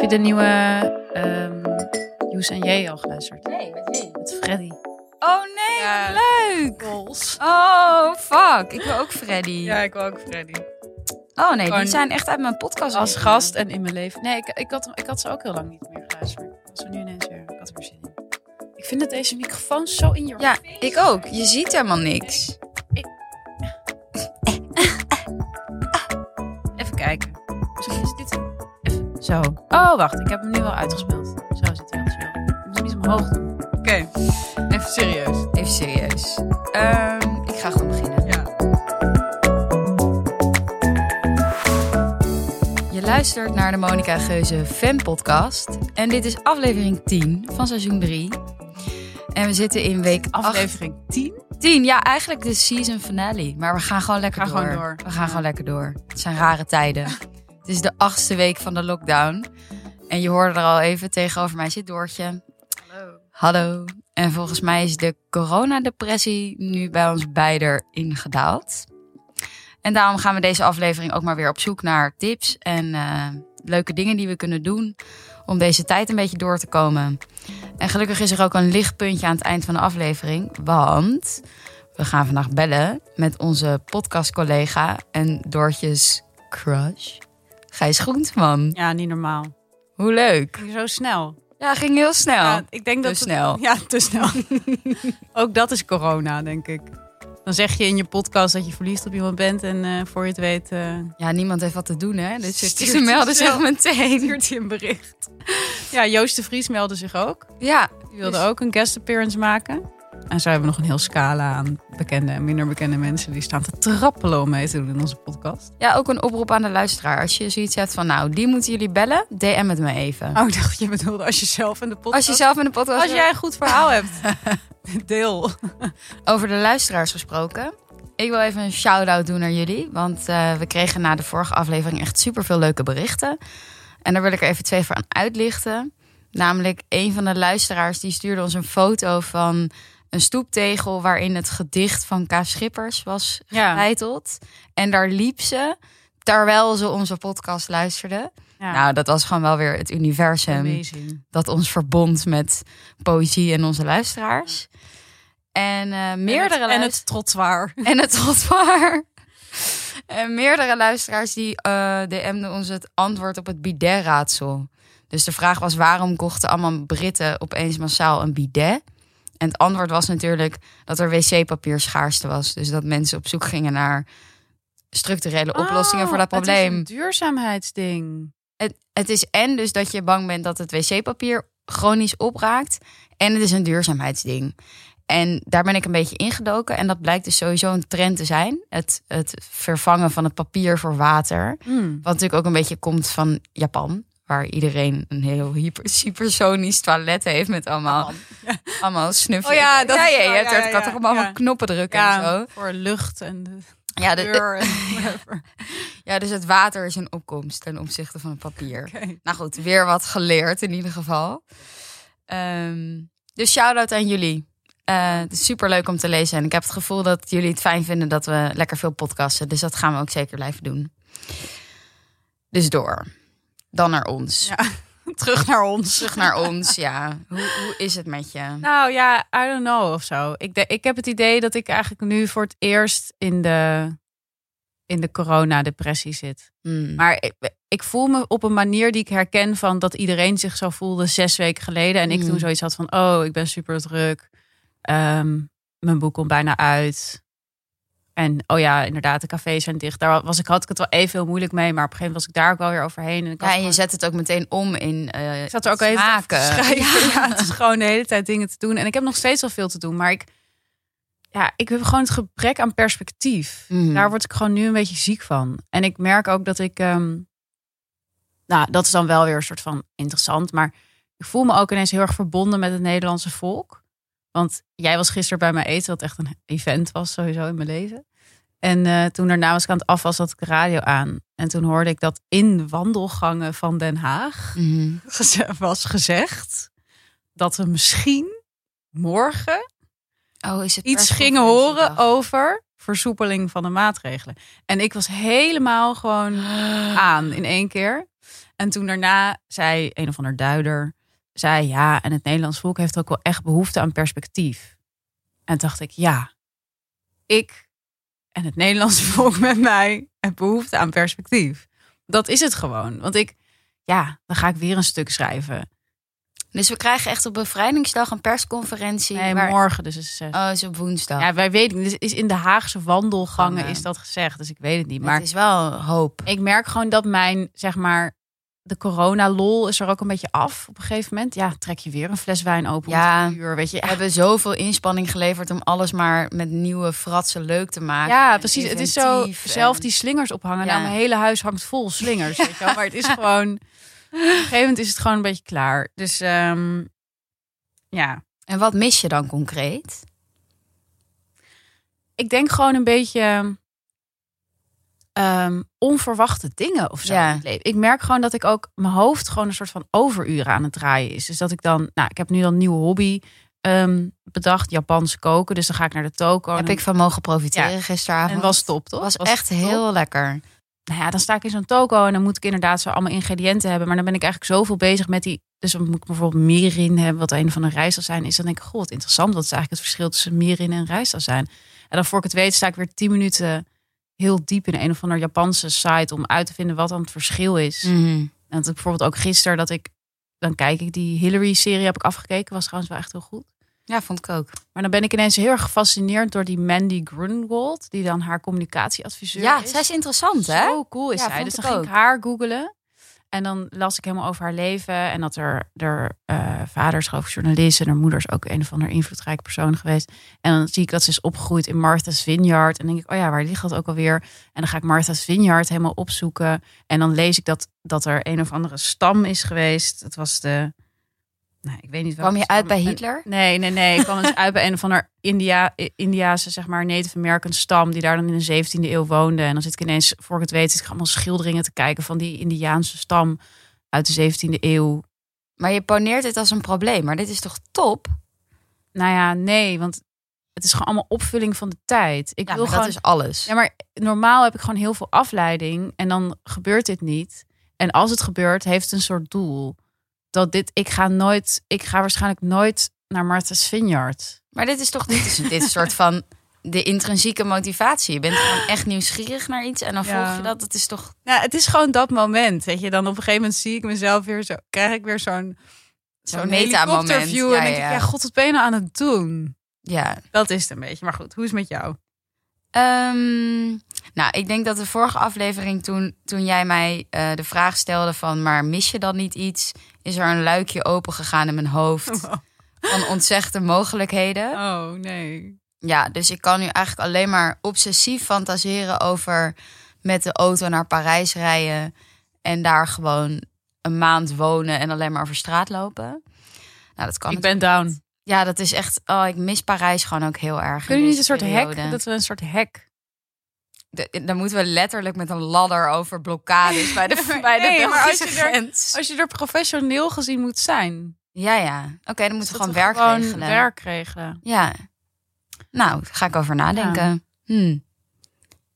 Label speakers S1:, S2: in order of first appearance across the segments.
S1: je de nieuwe ehm Joes en Jay al geluisterd?
S2: Nee, met wie?
S1: Met Freddy.
S2: Oh nee,
S3: Ja.
S2: leuk!
S3: Goals.
S2: Oh, fuck. Ik wil ook Freddy.
S3: Ja, ik wil ook Freddy.
S2: Oh nee,
S1: Gewoon
S2: die zijn echt uit mijn podcast.
S1: Als
S2: gegaan.
S1: gast en in mijn leven. Nee, ik, ik, had, ik had ze ook heel lang niet meer geluisterd. Als we nu ineens weer. Ik had er weer zin in. Ik vind dat deze microfoon zo in je.
S2: Ja, ik ook. Je ziet helemaal niks.
S1: Even kijken. Misschien is dit. Even. Zo. Oh, wacht. Ik heb hem nu al uitgespeeld. Zo zit hij al chill. Ik moet hem iets omhoog doen.
S3: Oké, even serieus.
S2: Even serieus. Ehm, ik ga gewoon beginnen.
S3: Ja.
S2: Je luistert naar de Monica Geuze Fan Podcast. En dit is aflevering 10 van seizoen 3. En we zitten in week 8.
S1: Aflevering 10.
S2: 10, ja, eigenlijk de season finale. Maar we gaan gewoon lekker
S1: We gaan
S2: door.
S1: gewoon door.
S2: We gaan
S1: Ja.
S2: gewoon lekker door. Het zijn rare tijden. het is de achtste week van de lockdown. En je hoorde er al even tegenover mij zit Doortje.
S3: Hallo.
S2: Hallo. En volgens mij is de coronadepressie nu bij ons beider ingedaald. En daarom gaan we deze aflevering ook maar weer op zoek naar tips en eh, leuke dingen die we kunnen doen om deze tijd een beetje door te komen. En gelukkig is er ook een lichtpuntje aan het eind van de aflevering, want we gaan vandaag bellen met onze podcastcollega en Doortjes crush, Gijs Groenteman.
S3: Ja, niet normaal.
S2: Hoe leuk.
S3: Ging Zo snel.
S2: Ja, ging heel snel.
S3: Ja, ik denk
S2: te
S3: dat het-
S2: snel.
S3: Ja, te Oh, snel. ook dat is corona, denk ik. Dan zeg je in je podcast dat je verliefd op iemand bent en eh, voor je het weet eh
S2: Ja, niemand heeft wat te doen, hè? Dus
S3: Stuurt
S2: ze melden zich
S3: zichzelf.
S2: meteen.
S3: stuurt hij een bericht. ja, Joost de Vries meldde zich ook.
S2: Ja, Dus
S3: Die wilde ook een guest appearance maken. En zo hebben we nog een heel scala aan bekende en minder bekende mensen die staan te trappelen om mee te doen in onze podcast.
S2: ja, ook een oproep aan de luisteraar. Als je zoiets hebt van, nou, die moeten jullie bellen, DM het me even.
S3: Oh, ik dacht je bedoelde als je zelf in de podcast.
S2: Als je zelf in de podcast
S3: Als jij een goed verhaal hebt, deel.
S2: Over de luisteraars gesproken. Ik wil even een shout-out doen naar jullie. Want eh, we kregen na de vorige aflevering echt superveel leuke berichten. En daar wil ik er even twee voor aan uitlichten. Namelijk, een van de luisteraars die stuurde ons een foto van een stoeptegel... waarin het gedicht van K. Schippers was
S1: Ja.
S2: gebeiteld. En daar liep ze, terwijl ze onze podcast luisterde.
S3: Ja.
S2: Nou, dat was gewoon wel weer het universum
S3: Amazing.
S2: dat ons verbond met poëzie en onze luisteraars. En eh, meerdere
S3: en het, en
S2: luisteraars.
S3: het trottoir.
S2: En het trottoir. En meerdere luisteraars die eh DM'den ons het antwoord op het bidet-raadsel. Dus de vraag was waarom kochten allemaal Britten opeens massaal een bidet? En het antwoord was natuurlijk dat er wc-papier schaarste was. Dus dat mensen op zoek gingen naar structurele oplossingen voor
S3: Oh,
S2: dat probleem.
S3: Het is een duurzaamheidsding.
S2: Het, het is en dus dat je bang bent dat het wc-papier chronisch opraakt. En het is een duurzaamheidsding. En daar ben ik een beetje ingedoken. En dat blijkt dus sowieso een trend te zijn. Het, het vervangen van het papier voor water.
S3: Hmm.
S2: Wat natuurlijk ook een beetje komt van Japan. Waar iedereen een heel hyper, supersonisch toilet heeft met allemaal, allemaal snufjes.
S3: Oh ja, dat
S2: ja,
S3: is-
S2: je
S3: oh
S2: hebt
S3: ja,
S2: er- kan
S3: ja,
S2: toch allemaal
S3: ja.
S2: op knoppen drukken en
S3: Ja,
S2: zo.
S3: voor lucht en de
S2: Ja, de- de-
S3: deur en whatever.
S2: ja, dus het water is een opkomst ten opzichte van het papier.
S3: Oké.
S2: Nou goed, weer wat geleerd in ieder geval. Ehm, dus shout-out aan jullie. Eh, het is super leuk om te lezen. En ik heb het gevoel dat jullie het fijn vinden dat we lekker veel podcasten. Dus dat gaan we ook zeker blijven doen. Dus door. Dan naar ons.
S3: Ja. Terug naar ons.
S2: Terug naar ons, ja. Hoe, hoe is het met je?
S3: Nou ja, I don't know of zo. Ik, de- ik heb het idee dat ik eigenlijk nu voor het eerst in de, in de coronadepressie zit.
S2: Hmm.
S3: Maar ik, ik voel me op een manier die ik herken van dat iedereen zich zo voelde zes weken geleden. En ik
S2: Mhm.
S3: toen zoiets had van, oh, ik ben super druk. Ehm, mijn boek komt bijna uit. En oh ja, inderdaad, de cafés zijn dicht. Daar was ik, had ik het wel even heel moeilijk mee. Maar op een gegeven moment was ik daar ook wel weer overheen. En ik had
S2: ja, en je
S3: gewoon-
S2: zet het ook meteen om in eh
S3: ik zat er ook al even te
S2: smaken.
S3: schrijven. Ja. het is gewoon de hele tijd dingen te doen. En ik heb nog steeds al veel te doen. Maar ik, ja, ik heb gewoon het gebrek aan perspectief.
S2: Mhm.
S3: Daar word ik gewoon nu een beetje ziek van. En ik merk ook dat ik... ehm, nou, dat is dan wel weer een soort van interessant. Maar ik voel me ook ineens heel erg verbonden met het Nederlandse volk. Want jij was gisteren bij mij eten, wat echt een event was sowieso in mijn leven. En eh, toen daarna was ik aan het afwas, had ik de radio aan. En toen hoorde ik dat in wandelgangen van Den Haag
S2: Mhm.
S3: geze- was gezegd dat we misschien morgen
S2: Oh, is het
S3: iets gingen horen
S2: Oh.
S3: over versoepeling van de maatregelen. En ik was helemaal gewoon aan in één keer. En toen daarna zei een of ander duider, zei ja, en het Nederlands volk heeft ook wel echt behoefte aan perspectief. En toen dacht ik, ja, ik en het Nederlandse volk met mij hebben behoefte aan perspectief. Dat is het gewoon. Want ik, ja, dan ga ik weer een stuk schrijven.
S2: Dus we krijgen echt op bevrijdingsdag een persconferentie.
S3: Nee,
S2: waar...
S3: morgen dus is het zes.
S2: Oh, is op woensdag.
S3: Ja, wij weten, dus is in de Haagse wandelgangen
S2: Gangen.
S3: is dat gezegd, dus ik weet het niet.
S2: maar
S3: Maar
S2: het Oh, is wel hoop.
S3: ik merk gewoon dat mijn, zeg maar, de coronalol is er ook een beetje af op een gegeven moment. Ja, trek je weer een fles wijn open
S2: Ja.
S3: om drie uur, weet je.
S2: We
S3: Ja,
S2: hebben zoveel inspanning geleverd om alles maar met nieuwe fratsen leuk te maken.
S3: ja,
S2: En
S3: precies. Het is zo
S2: inventief en-
S3: zelf die slingers ophangen.
S2: Ja.
S3: Nou, mijn hele huis hangt vol slingers, weet je wel. Maar het is gewoon, op een gegeven moment is het gewoon een beetje klaar. Dus ehm, ja,
S2: En wat mis je dan concreet?
S3: ik denk gewoon een beetje ehm, onverwachte dingen of zo.
S2: Ja.
S3: in het leven. Ik merk gewoon dat ik ook mijn hoofd gewoon een soort van overuren aan het draaien is. Dus dat ik dan, nou, ik heb nu dan een nieuwe hobby ehm, bedacht, Japanse koken. Dus dan ga ik naar de toko. en-
S2: Heb ik van mogen profiteren
S3: Ja.
S2: gisteravond?
S3: en was top, toch?
S2: was echt
S3: top.
S2: heel lekker.
S3: Nou ja, dan sta ik in zo'n toko en dan moet ik inderdaad zo allemaal ingrediënten hebben. Maar dan ben ik eigenlijk zoveel bezig met die. Dus dan moet ik bijvoorbeeld mirin hebben, wat een van de rijstelzijn is. Dan denk ik, goh, wat interessant. Wat is eigenlijk het verschil tussen mirin en rijstelzijn? En dan voor ik het weet, sta ik weer tien minuten heel diep in een of andere Japanse site om uit te vinden wat dan het verschil is.
S2: Mm.
S3: En dat ik bijvoorbeeld ook gisteren dat ik. Dan kijk ik die Hillary-serie, heb ik afgekeken. Was trouwens wel echt heel goed.
S2: Ja, vond ik ook.
S3: Maar dan ben ik ineens heel erg gefascineerd door die Mandy Grunwald, die dan haar communicatieadviseur
S2: Ja,
S3: is.
S2: zij is interessant, hè?
S3: Zo cool is
S2: Ja,
S3: zij.
S2: vond
S3: Dus
S2: ik
S3: dan ging
S2: ook.
S3: ik haar googelen. En dan las ik helemaal over haar leven. En dat er, er eh vader is geloof ik journalist. En haar moeder is ook een van haar invloedrijke persoon geweest. En dan zie ik dat ze is opgegroeid in Martha's Vineyard. En dan denk ik, oh ja, waar ligt dat ook alweer? En dan ga ik Martha's Vineyard helemaal opzoeken. En dan lees ik dat, dat er een of andere stam is geweest. Dat was de... Nou, ik weet niet welke
S2: Kwam je
S3: stam.
S2: uit bij
S3: En-
S2: Hitler?
S3: Nee, nee, nee. Ik kwam dus uit bij een van haar India, I- Indiaanse, zeg maar, Native American stam. Die daar dan in de 17e eeuw woonde. En dan zit ik ineens, voor ik het weet, zit ik allemaal schilderingen te kijken van die Indiaanse stam uit de 17e eeuw.
S2: Maar je poneert het als een probleem. Maar dit is toch top?
S3: Nou ja, nee, want het is gewoon allemaal opvulling van de tijd. Ik
S2: Ja,
S3: wil
S2: maar
S3: gewoon.
S2: dat is alles.
S3: Ja, maar normaal heb ik gewoon heel veel afleiding en dan gebeurt dit niet. En als het gebeurt, heeft het een soort doel. Dat dit, ik ga nooit, ik ga waarschijnlijk nooit naar Martha's Vineyard.
S2: Maar dit is toch dit is, dit is een soort van de intrinsieke motivatie. Je bent gewoon echt nieuwsgierig naar iets en dan
S3: Ja.
S2: volg je dat. Dat is toch
S3: Nou, het is gewoon dat moment. Weet je, dan op een gegeven moment zie ik mezelf weer zo. Krijg ik weer zo'n.
S2: Zo'n
S3: Zo'n
S2: meta-moment.
S3: helikopterview.
S2: Ja,
S3: en denk
S2: ja,
S3: ik,
S2: ja.
S3: ja, god, wat ben je nou aan het doen?
S2: ja.
S3: Dat is het een beetje. Maar goed, hoe is het met jou?
S2: Ehm, nou, ik denk dat de vorige aflevering toen toen jij mij eh, de vraag stelde van, maar mis je dan niet iets? Is er een luikje open gegaan in mijn hoofd van ontzegde mogelijkheden?
S3: Oh, nee.
S2: Ja, dus ik kan nu eigenlijk alleen maar obsessief fantaseren over met de auto naar Parijs rijden en daar gewoon een maand wonen en alleen maar over straat lopen. Nou, dat kan.
S3: Ik
S2: natuurlijk
S3: ben down.
S2: niet. Ja, dat is echt. Oh, ik mis Parijs gewoon ook heel erg.
S3: Kunnen
S2: in
S3: jullie niet een
S2: deze
S3: soort hek?
S2: periode.
S3: Dat we een soort hek.
S2: De- Dan moeten we letterlijk met een ladder over blokkades bij de,
S3: Maar
S2: bij de
S3: nee, maar als je
S2: Belgische
S3: er-
S2: grens.
S3: Als je er professioneel gezien moet zijn.
S2: Ja, ja. Oké, dan moeten we
S3: Dat
S2: gewoon werk
S3: gewoon
S2: regelen.
S3: werk regelen.
S2: Ja. Nou, daar ga ik over nadenken. Ja, hmm.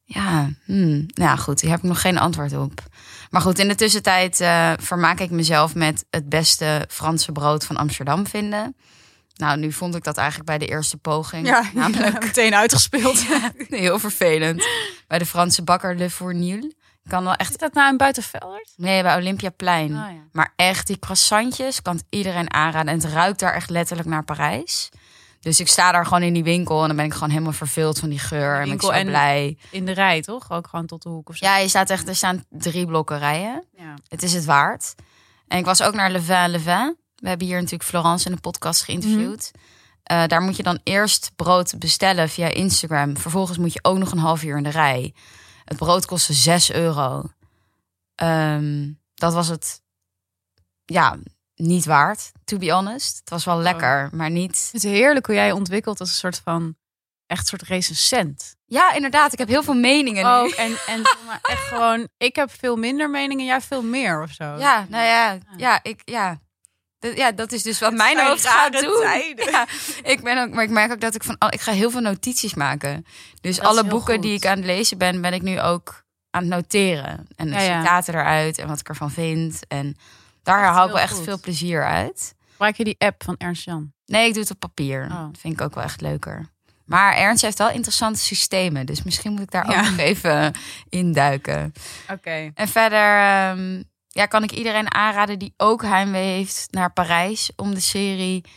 S2: ja hmm. Nou goed, hier heb ik nog geen antwoord op. Maar goed, in de tussentijd eh, vermaak ik mezelf met het beste Franse brood van Amsterdam vinden. Nou, nu vond ik dat eigenlijk bij de eerste poging. namelijk
S3: meteen uitgespeeld.
S2: heel vervelend. Bij de Franse bakker Le Fournil. Kan wel echt.
S3: Is dat nou een buitenveldert?
S2: Nee, bij Olympiaplein.
S3: Oh, ja.
S2: Maar echt, die croissantjes kan het iedereen aanraden. En het ruikt daar echt letterlijk naar Parijs. Dus ik sta daar gewoon in die winkel en dan ben ik gewoon helemaal verveeld van die geur. En ben ik
S3: Winkel
S2: zo
S3: en-
S2: blij.
S3: In de rij, toch? Ook gewoon tot de hoek of zo.
S2: Ja, je staat echt, er staan drie blokken rijen.
S3: Ja.
S2: Het is het waard. En ik was ook naar Levin Levin. We hebben hier natuurlijk Florence in de podcast geïnterviewd. Eh, daar moet je dan eerst brood bestellen via Instagram. Vervolgens moet je ook nog een half uur in de rij. Het brood kostte 6 euro. Ehm, dat was het, ja, niet waard, to be honest. Het was wel lekker, maar niet...
S3: Het is heerlijk hoe jij je ontwikkelt als een soort van echt soort recensent.
S2: Ja, inderdaad, ik heb heel veel meningen nu.
S3: Ook Oh, en, en zeg maar echt gewoon, ik heb veel minder meningen, jij veel meer of zo.
S2: Ja, nou ja, ja, ik, ja. Dat, ja, dat is dus wat mijn
S3: Ah. zijn
S2: hoofd gaat
S3: rare
S2: doen.
S3: tijden.
S2: Ja, ik ben ook, maar ik merk ook dat ik van, al- ik ga heel veel notities maken. Dus
S3: Dat is
S2: alle
S3: heel
S2: boeken
S3: goed.
S2: die ik aan het lezen ben, ben ik nu ook aan het noteren. En de
S3: Ja, ja.
S2: citaten eruit en wat ik ervan vind. En daar
S3: Echt
S2: haal ik
S3: heel
S2: wel echt
S3: goed.
S2: veel plezier uit.
S3: Gebruik je die app van Ernst Jan?
S2: Nee, ik doe het op papier.
S3: Oh.
S2: Dat vind ik ook wel echt leuker. Maar Ernst heeft wel interessante systemen. Dus misschien moet ik daar
S3: Ja.
S2: ook nog even induiken.
S3: Oké.
S2: En verder ehm, ja, kan ik iedereen aanraden die ook heimwee heeft naar Parijs. Om de serie 10%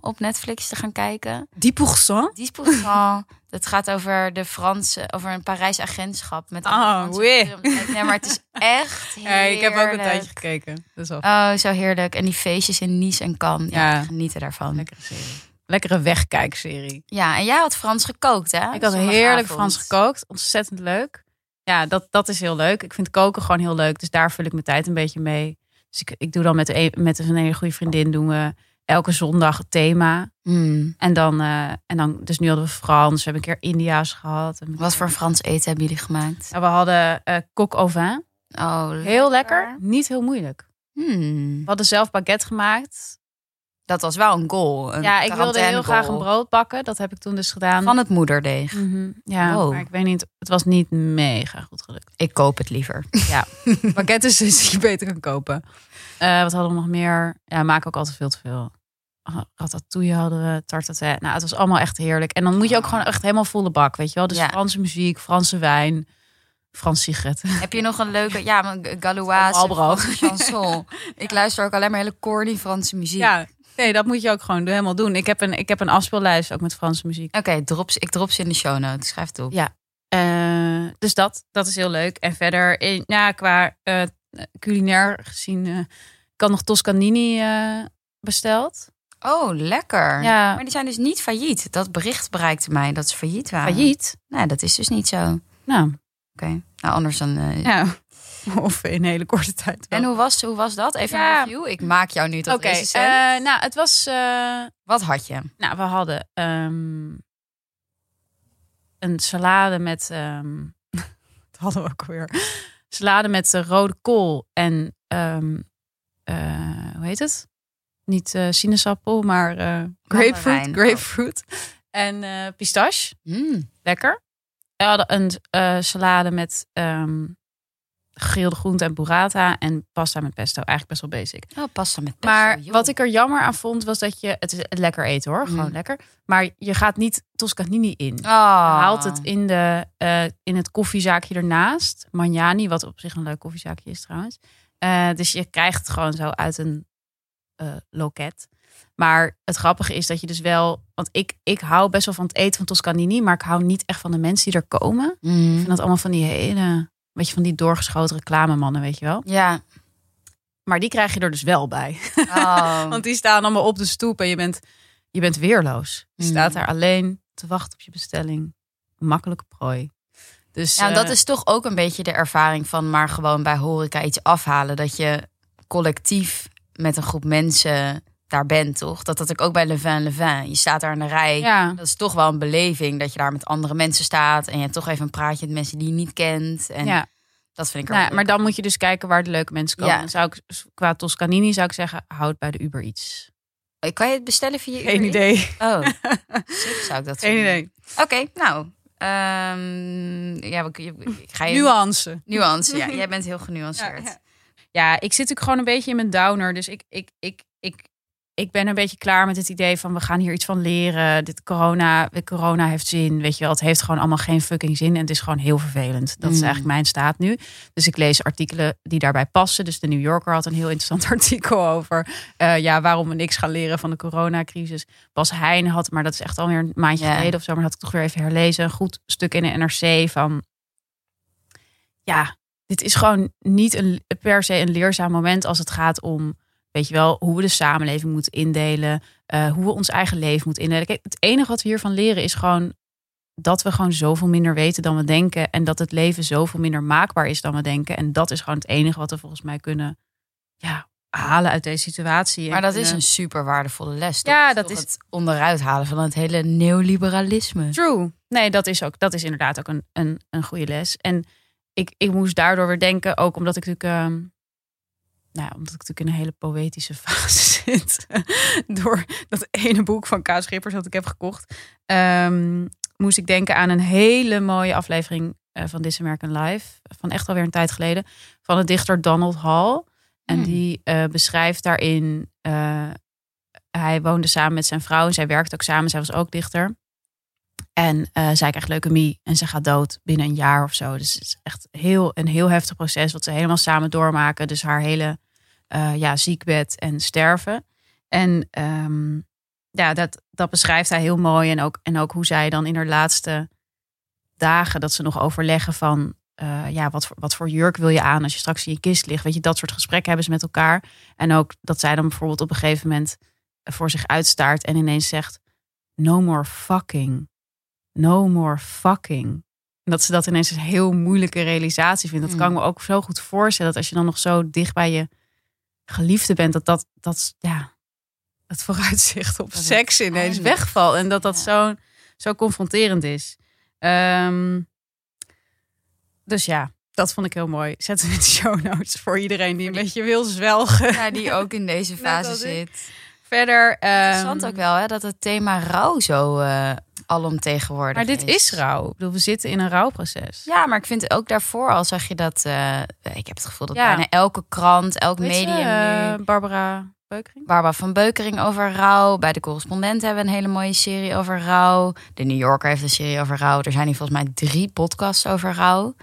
S2: op Netflix te gaan kijken.
S3: Die pourcent?
S2: 10%, dat gaat over de Franse, over een Parijs agentschap. Met allemaal
S3: Oh,
S2: Franse
S3: wee.
S2: film. Nee, maar het is echt heerlijk.
S3: ik heb ook een tijdje gekeken. Dat is wel
S2: Oh, zo heerlijk. En die feestjes in Nice en Cannes. Ja,
S3: Ja.
S2: genieten daarvan.
S3: een lekkere serie. Lekkere wegkijkserie.
S2: Ja, en jij had Frans gekookt, hè?
S3: Ik had
S2: Zondagavond.
S3: heerlijk Frans gekookt. Ontzettend leuk. Ja, dat, dat is heel leuk. Ik vind koken gewoon heel leuk. Dus daar vul ik mijn tijd een beetje mee. Dus ik, ik doe dan met, een- met een hele goede vriendin doen we elke zondag het thema.
S2: Mm.
S3: En dan, eh, en dan, dus nu hadden we Frans. We hebben een keer India's gehad. En-
S2: Wat voor Frans eten hebben jullie gemaakt?
S3: Ja, we hadden eh coq au vin.
S2: Oh,
S3: Heel Mm. lekker. Niet heel moeilijk.
S2: Mm.
S3: We hadden zelf baguette gemaakt.
S2: Dat was wel een goal. Een
S3: ja, ik wilde heel
S2: quarantainegoal.
S3: graag een brood bakken. Dat heb ik toen dus gedaan.
S2: Van het moederdeeg.
S3: Mhm. Ja,
S2: Wow.
S3: maar ik weet niet. Het was niet mega goed gelukt.
S2: Ik koop het liever.
S3: Pakketten dus die je beter kan kopen. Eh, wat hadden we nog meer? Ja, we maken ook altijd veel te veel. Ah, Ratatouille hadden we, tartatin. Nou, het was allemaal echt heerlijk. En dan moet je ook gewoon echt helemaal volle bak, weet je wel? Dus
S2: Ja.
S3: Franse muziek, Franse wijn, Franse sigaretten.
S2: Heb je nog een leuke... Ja, een Galoise
S3: Marlboro.
S2: Franse chanson. Ik luister ook alleen maar hele corny Franse muziek.
S3: Ja, nee, dat moet je ook gewoon helemaal doen. Ik heb een, ik heb een afspeellijst ook met Franse muziek.
S2: Oké, drops, ik drop ze in de show notes. Schrijf het op.
S3: Ja. Eh, dus dat, dat is heel leuk. En verder, in, ja, qua eh, culinair gezien, eh, ik had nog Toscanini eh, besteld.
S2: Oh, lekker.
S3: Ja,
S2: Maar die zijn dus niet failliet. Dat bericht bereikte mij dat ze failliet waren.
S3: failliet.
S2: Nee, dat is dus niet zo. Oké.
S3: Nou,
S2: Nou, anders dan... eh,
S3: Ja. Of in een hele korte tijd. wel.
S2: En hoe was, hoe was dat? Even
S3: Ja.
S2: een review. Ik maak jou nu tot
S3: Oké,
S2: recensent.
S3: eh, nou, het was. eh,
S2: Wat had je?
S3: nou, we hadden ehm, een salade met. ehm dat hadden we ook alweer. Salade met eh, rode kool en. ehm, eh, hoe heet het? Niet eh, sinaasappel, maar eh, grapefruit.
S2: Mandarijn.
S3: Grapefruit. En eh, pistache.
S2: Mm.
S3: lekker. We hadden een eh, salade met ehm gegrilde groenten en burrata en pasta met pesto. Eigenlijk best wel basic.
S2: Oh, pasta met pesto.
S3: Maar
S2: joh.
S3: wat ik er jammer aan vond, was dat je... Het is lekker eten hoor, gewoon
S2: Mm.
S3: lekker. Maar je gaat niet Toscanini in. Je
S2: Oh.
S3: haalt het in, de, eh, in het koffiezaakje ernaast. Magnani, wat op zich een leuk koffiezaakje is trouwens. Eh, dus je krijgt het gewoon zo uit een eh, loket. Maar het grappige is dat je dus wel... Want ik, ik hou best wel van het eten van Toscanini... maar ik hou niet echt van de mensen die er komen. Ik
S2: Mm.
S3: vind dat allemaal van die hele... Weet je, van die doorgeschoten reclamemannen, weet je wel.
S2: Ja.
S3: Maar die krijg je er dus wel bij.
S2: Oh.
S3: Want die staan allemaal op de stoep en je bent, je bent weerloos. Je
S2: Mm.
S3: staat daar alleen te wachten op je bestelling. Makkelijke prooi. Dus
S2: Ja,
S3: eh,
S2: dat is toch ook een beetje de ervaring van maar gewoon bij horeca iets afhalen. Dat je collectief met een groep mensen daar bent, toch? Dat dat ook bij Levin Levin. Je staat daar in de rij.
S3: ja.
S2: Dat is toch wel een beleving dat je daar met andere mensen staat. En je hebt toch even een praatje met mensen die je niet kent. En
S3: ja.
S2: dat vind ik er
S3: Nou,
S2: wel
S3: maar
S2: leuk.
S3: dan moet je dus kijken waar de leuke mensen komen.
S2: Ja.
S3: Dan zou ik, qua Toscanini zou ik zeggen, houd bij de Uber iets.
S2: Kan je het bestellen via Uber
S3: Geen
S2: Eats?
S3: idee.
S2: Oh, sick zou ik dat
S3: Geen
S2: vinden.
S3: idee.
S2: Oké, nou. ehm, ja, we- je- ik ga je...
S3: Nuance.
S2: Nuance, ja. Jij bent heel genuanceerd.
S3: Ja, ja, ik zit ook gewoon een beetje in mijn downer. Dus ik, ik, ik, ik, ik ben een beetje klaar met het idee van we gaan hier iets van leren. Dit corona, corona heeft zin. Weet je wel, het heeft gewoon allemaal geen fucking zin. En het is gewoon heel vervelend. Dat is
S2: Mm.
S3: eigenlijk mijn staat nu. Dus ik lees artikelen die daarbij passen. Dus de New Yorker had een heel interessant artikel over. eh, ja, waarom we niks gaan leren van de coronacrisis. Bas Heijn had, maar dat is echt alweer een maandje
S2: Ja.
S3: geleden of zo. Maar dat had ik toch weer even herlezen. Een goed stuk in de NRC van. Ja, dit is gewoon niet een, per se een leerzaam moment als het gaat om, weet je wel, hoe we de samenleving moeten indelen, eh, hoe we ons eigen leven moeten indelen. Kijk, het enige wat we hiervan leren is gewoon dat we gewoon zoveel minder weten dan we denken en dat het leven zoveel minder maakbaar is dan we denken. En dat is gewoon het enige wat we volgens mij kunnen ja, halen uit deze situatie. En
S2: Maar dat is
S3: kunnen-
S2: een super waardevolle les.
S3: Ja,
S2: is
S3: dat
S2: toch
S3: is-
S2: het onderuit halen van het hele neoliberalisme.
S3: True. Nee, dat is, ook, dat is inderdaad ook een, een, een goede les. En ik, ik moest daardoor weer denken, ook omdat ik natuurlijk... ehm, nou, ja, omdat ik natuurlijk in een hele poëtische fase zit. Door dat ene boek van Kaas Schippers dat ik heb gekocht. ehm, moest ik denken aan een hele mooie aflevering eh, van This American Life, van echt alweer een tijd geleden, van de dichter Donald Hall. En
S2: Hmm.
S3: die eh, beschrijft daarin, eh, hij woonde samen met zijn vrouw en zij werkte ook samen, zij was ook dichter. En eh, zij krijgt leukemie en ze gaat dood binnen een jaar of zo. Dus het is echt heel, een heel heftig proces wat ze helemaal samen doormaken. Dus haar hele eh, ja, ziekbed en sterven. En ehm, ja, dat, dat beschrijft hij heel mooi. En ook, en ook hoe zij dan in haar laatste dagen, dat ze nog overleggen van, eh, ja, wat voor, wat voor jurk wil je aan als je straks in je kist ligt? Weet je, dat soort gesprekken hebben ze met elkaar. En ook dat zij dan bijvoorbeeld op een gegeven moment voor zich uitstaart en ineens zegt, no more fucking. No more fucking. En dat ze dat ineens een heel moeilijke realisatie vindt. Dat
S2: Mm.
S3: kan ik me ook zo goed voorstellen. Dat als je dan nog zo dicht bij je geliefde bent, dat dat, dat ja, het vooruitzicht op
S2: Dat het
S3: seks ineens
S2: eindigt.
S3: wegvalt. En dat dat
S2: Ja.
S3: zo, zo confronterend is. Ehm, dus ja, dat vond ik heel mooi. Zetten we in de show notes voor iedereen die een beetje wil zwelgen.
S2: Ja, die ook in deze fase
S3: als ik. Ehm,
S2: zit.
S3: Verder.
S2: Interessant
S3: ehm,
S2: ook wel, hè, dat het thema rouw zo eh alomtegenwoordig
S3: Maar
S2: is.
S3: dit is rouw. Ik bedoel, we zitten in een rouwproces.
S2: Ja, maar ik vind ook daarvoor al zag je dat... eh, ik heb het gevoel dat
S3: Ja.
S2: bijna elke krant, elk
S3: Weet je,
S2: medium nu...
S3: eh, Barbara Beukering?
S2: Barbara van Beukering over rouw. Bij de correspondent hebben we een hele mooie serie over rouw. De New Yorker heeft een serie over rouw. Er zijn hier volgens mij drie podcasts over rouw.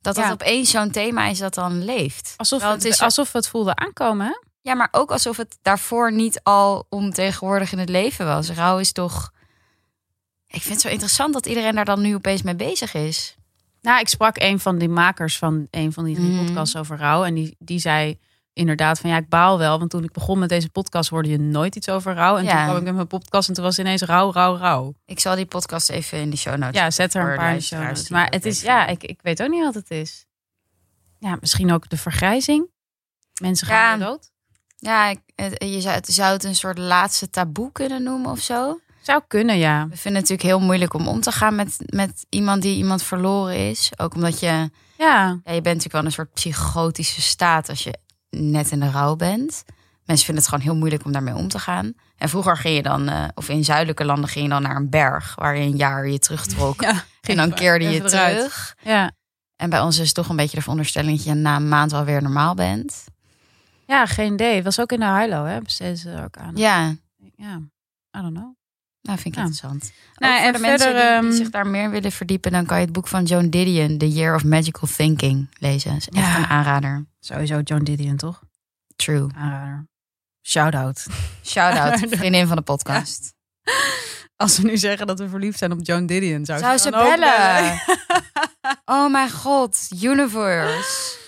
S2: Dat
S3: Ja.
S2: dat opeens zo'n thema is dat dan leeft.
S3: Alsof,
S2: Terwijl
S3: het, alsof we het voelden aankomen. Hè?
S2: Ja, maar ook alsof het daarvoor niet al ontegenwoordig in het leven was. Rouw is toch... Ik vind het zo interessant dat iedereen daar dan nu opeens mee bezig is.
S3: Nou, ik sprak een van die makers van een van die drie
S2: Mhm.
S3: podcasts over rouw. En die, die zei inderdaad van ja, ik baal wel. Want toen ik begon met deze podcast hoorde je nooit iets over rouw. En
S2: Ja.
S3: toen kwam ik met mijn podcast en toen was het ineens rouw, rouw, rouw.
S2: Ik zal die podcast even in de show notes.
S3: Ja, zet er
S2: voor
S3: een paar in de show
S2: luisteraars
S3: notes.
S2: die
S3: Maar
S2: dat
S3: het is,
S2: leuk vinden.
S3: ja, ik, ik weet ook niet wat het is. Ja, misschien ook de vergrijzing. Mensen gaan
S2: Ja.
S3: weer dood.
S2: Ja, ik- het- je zou het, zou het een soort laatste taboe kunnen noemen of zo.
S3: Zou kunnen, ja.
S2: We vinden het natuurlijk heel moeilijk om om te gaan met, met iemand die iemand verloren is. Ook omdat je, ja,
S3: Ja,
S2: je bent natuurlijk wel in een soort psychotische staat als je net in de rouw bent. Mensen vinden het gewoon heel moeilijk om daarmee om te gaan. En vroeger ging je dan, eh, of in zuidelijke landen ging je dan naar een berg waar je een jaar je terugtrok.
S3: Ja,
S2: en dan keerde je
S3: even eruit.
S2: terug.
S3: ja.
S2: En bij ons is het toch een beetje de veronderstelling dat je na een maand wel weer normaal bent.
S3: ja, geen idee. Was ook in de Hilo, hè? Besteed ze ook aan. Ja.
S2: Ja,
S3: I don't know.
S2: nou vind ik
S3: Ja.
S2: interessant.
S3: Nou,
S2: Ook voor
S3: en
S2: de mensen
S3: verder,
S2: die, die
S3: ehm,
S2: zich daar meer willen verdiepen, dan kan je het boek van Joan Didion, The Year of Magical Thinking, lezen. is echt
S3: Ja.
S2: een aanrader.
S3: Sowieso John Didion, toch?
S2: True.
S3: Aanrader. Shout-out.
S2: Shout-out, vriendin van de podcast.
S3: Als we nu zeggen dat we verliefd zijn op Joan Didion, zou,
S2: Zou
S3: ze
S2: ze
S3: dan ook
S2: bellen? Oh mijn god, universe.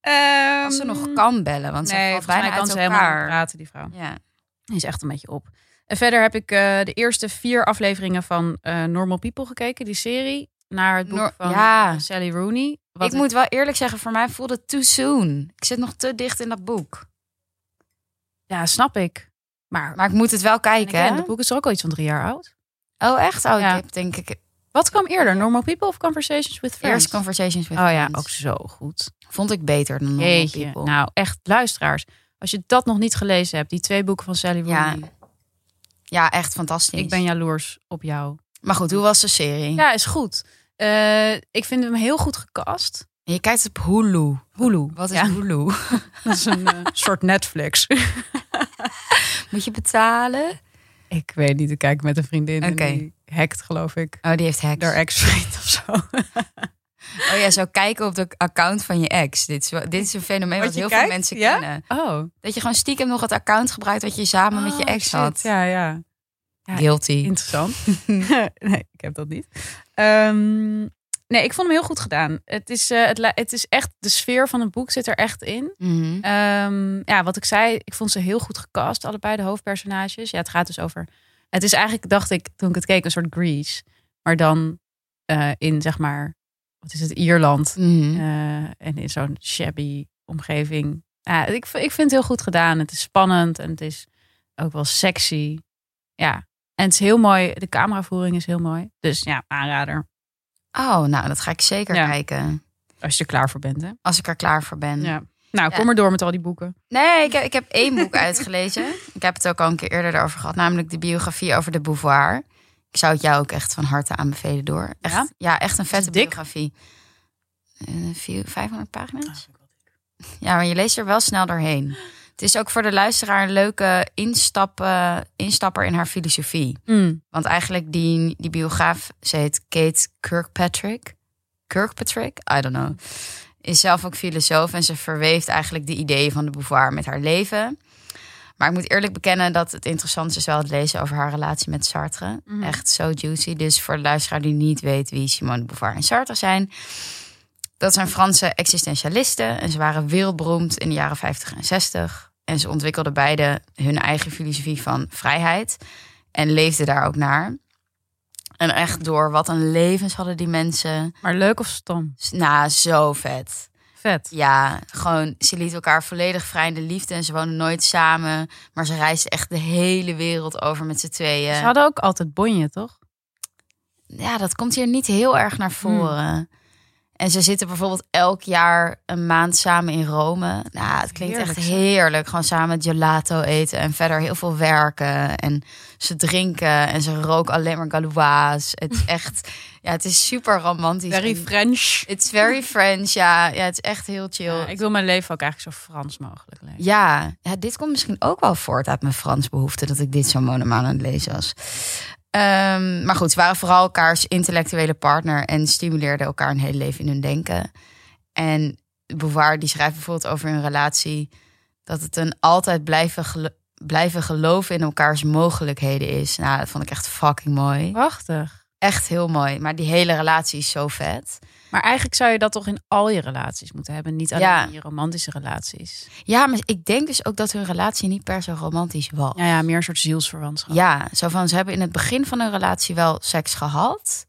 S3: Ehm,
S2: Als ze nog kan bellen, want
S3: nee,
S2: ze valt
S3: volgens mij
S2: bijna
S3: kan
S2: uit
S3: ze helemaal niet
S2: elkaar.
S3: praten, die vrouw.
S2: Ja.
S3: Die is echt een beetje op. En verder heb ik eh, de eerste vier afleveringen van eh, Normal People gekeken, die serie. Naar het boek
S2: Nor-
S3: van
S2: ja.
S3: eh, Sally Rooney. Wat
S2: Ik moet wel eerlijk zeggen, voor mij voelde het too soon. Ik zit nog te dicht in dat boek.
S3: Ja, snap ik. Maar,
S2: Maar ik moet het wel
S3: en
S2: kijken.
S3: again,
S2: hè?
S3: dat boek is toch ook al iets van drie jaar oud?
S2: Oh echt? Oh,
S3: Ja.
S2: ik heb denk ik
S3: Wat kwam eerder? Normal People of Conversations with Friends?
S2: eerst Conversations with
S3: Oh ja,
S2: Friends.
S3: ook zo goed.
S2: Vond ik beter dan Normal
S3: Jeetje.
S2: People.
S3: Nou, echt luisteraars. Als je dat nog niet gelezen hebt, die twee boeken van Sally
S2: Ja,
S3: Rooney.
S2: Ja, echt fantastisch.
S3: ik ben jaloers op jou.
S2: Maar goed, hoe was de serie?
S3: Ja, is goed. Eh, ik vind hem heel goed gecast.
S2: Je kijkt op Hulu.
S3: Hulu.
S2: Wat is
S3: Ja.
S2: Hulu?
S3: Dat is een eh, soort Netflix.
S2: Moet je betalen?
S3: ik weet niet, ik kijk met een vriendin. en
S2: Oké.
S3: Die hackt, geloof ik,
S2: Oh, die heeft hacks.
S3: haar ex-vriend of zo.
S2: Oh ja, zo kijken op de account van je ex. Dit is, wel- dit is een fenomeen
S3: Wat
S2: wat
S3: je
S2: heel
S3: kijkt,
S2: veel mensen
S3: ja?
S2: kennen.
S3: Oh.
S2: Dat je gewoon stiekem nog het account gebruikt wat je samen met je
S3: Oh,
S2: ex
S3: shit.
S2: had.
S3: Ja, ja. Ja,
S2: Guilty.
S3: Interessant. nee, ik heb dat niet. Ehm, nee, ik vond hem heel goed gedaan. Het is, eh, het, la- het is echt, de sfeer van het boek zit er echt in.
S2: Mhm.
S3: Ehm, ja, wat ik zei, ik vond ze heel goed gecast, allebei de hoofdpersonages. Ja, het gaat dus over. Het is eigenlijk, dacht ik toen ik het keek, een soort Grease. Maar dan eh, in, zeg maar, wat is het, Ierland.
S2: Mhm.
S3: Eh, en in zo'n shabby omgeving. Ja, ik, v- ik vind het heel goed gedaan. Het is spannend en het is ook wel sexy. Ja, en het is heel mooi. De cameravoering is heel mooi. Dus ja, aanrader.
S2: Oh, nou, dat ga ik zeker
S3: Ja.
S2: kijken.
S3: Als je er klaar voor bent, hè?
S2: Als ik er klaar voor ben.
S3: Nou,
S2: Ja.
S3: kom maar door met al die boeken.
S2: Nee, ik heb, ik heb één boek uitgelezen. Ik heb het ook al een keer eerder over gehad, namelijk de biografie over de Beauvoir. Ik zou het jou ook echt van harte aanbevelen door. Echt, ja?
S3: Ja?
S2: echt een vette
S3: dik?
S2: biografie. Eh, vier- 500 pagina's? Ja, maar je leest er wel snel doorheen. Het is ook voor de luisteraar een leuke instap, eh, instapper in haar filosofie.
S3: Mm.
S2: Want eigenlijk die, die biograaf, ze heet Kate Kirkpatrick. Kirkpatrick? I don't know. Is zelf ook filosoof en ze verweeft eigenlijk de ideeën van de Beauvoir met haar leven. Maar ik moet eerlijk bekennen dat het interessantste is wel het lezen over haar relatie met Sartre.
S3: Mhm.
S2: Echt zo juicy. Dus voor de luisteraar die niet weet wie Simone de Beauvoir en Sartre zijn. Dat zijn Franse existentialisten en ze waren wereldberoemd in de jaren 50 en 60. En ze ontwikkelden beide hun eigen filosofie van vrijheid en leefden daar ook naar. En echt door wat een levens hadden die mensen.
S3: Maar leuk of stom?
S2: Nou, zo vet.
S3: Vet.
S2: Ja, gewoon, ze lieten elkaar volledig vrij in de liefde en ze woonden nooit samen. Maar ze reisden echt de hele wereld over met z'n tweeën.
S3: Ze hadden ook altijd bonje, toch?
S2: Ja, dat komt hier niet heel erg naar
S3: Hmm.
S2: voren. En ze zitten bijvoorbeeld elk jaar een maand samen in Rome. Nou, het klinkt echt
S3: Heerlijk, zeg.
S2: heerlijk. Gewoon samen gelato eten en verder heel veel werken. En ze drinken en ze roken alleen maar Galois. Het is echt, ja, het is super romantisch. En
S3: French.
S2: It's very French, ja. Ja, het is echt heel chill.
S3: ik wil mijn leven ook eigenlijk zo Frans mogelijk leven.
S2: Ja, ja, dit komt misschien ook wel voort uit mijn Frans behoefte dat ik dit zo monomaan aan het lezen was. Ehm, maar goed, ze waren vooral elkaars intellectuele partner en stimuleerden elkaar een hele leven in hun denken. En Beauvoir die schrijft bijvoorbeeld over hun relatie dat het een altijd blijven, gelo- blijven geloven in elkaars mogelijkheden is. Nou, dat vond ik echt fucking mooi.
S3: Prachtig.
S2: Echt heel mooi. Maar die hele relatie is zo vet.
S3: Maar eigenlijk zou je dat toch in al je relaties moeten hebben. Niet alleen
S2: Ja.
S3: in je romantische relaties.
S2: Ja, maar ik denk dus ook dat hun relatie niet per se romantisch was.
S3: Ja, ja meer een soort zielsverwantschap.
S2: Ja, zo van ze hebben in het begin van hun relatie wel seks gehad.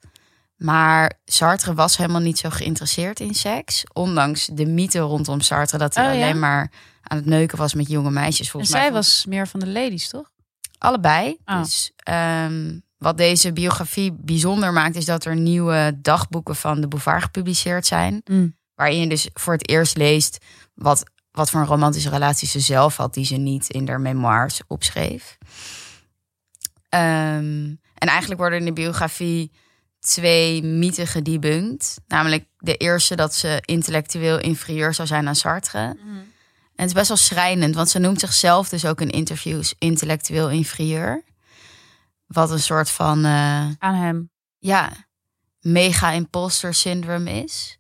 S2: Maar Sartre was helemaal niet zo geïnteresseerd in seks. Ondanks de mythe rondom Sartre dat hij
S3: Oh, ja?
S2: alleen maar aan het neuken was met jonge meisjes.
S3: en
S2: Volgens
S3: zij
S2: mij
S3: was meer van de ladies, toch?
S2: allebei.
S3: Oh.
S2: Dus ehm, wat deze biografie bijzonder maakt, is dat er nieuwe dagboeken van de Beauvoir gepubliceerd zijn.
S3: Mm.
S2: Waarin je dus voor het eerst leest wat, wat voor een romantische relatie ze zelf had, die ze niet in haar memoires opschreef. Ehm, en eigenlijk worden in de biografie twee mythen gedebunked. Namelijk de eerste dat ze intellectueel inferieur zou zijn aan Sartre. En het is best wel schrijnend, want ze noemt zichzelf dus ook in interviews intellectueel inferieur. Wat een soort van, eh,
S3: Aan hem.
S2: ja, mega-imposter syndroom is.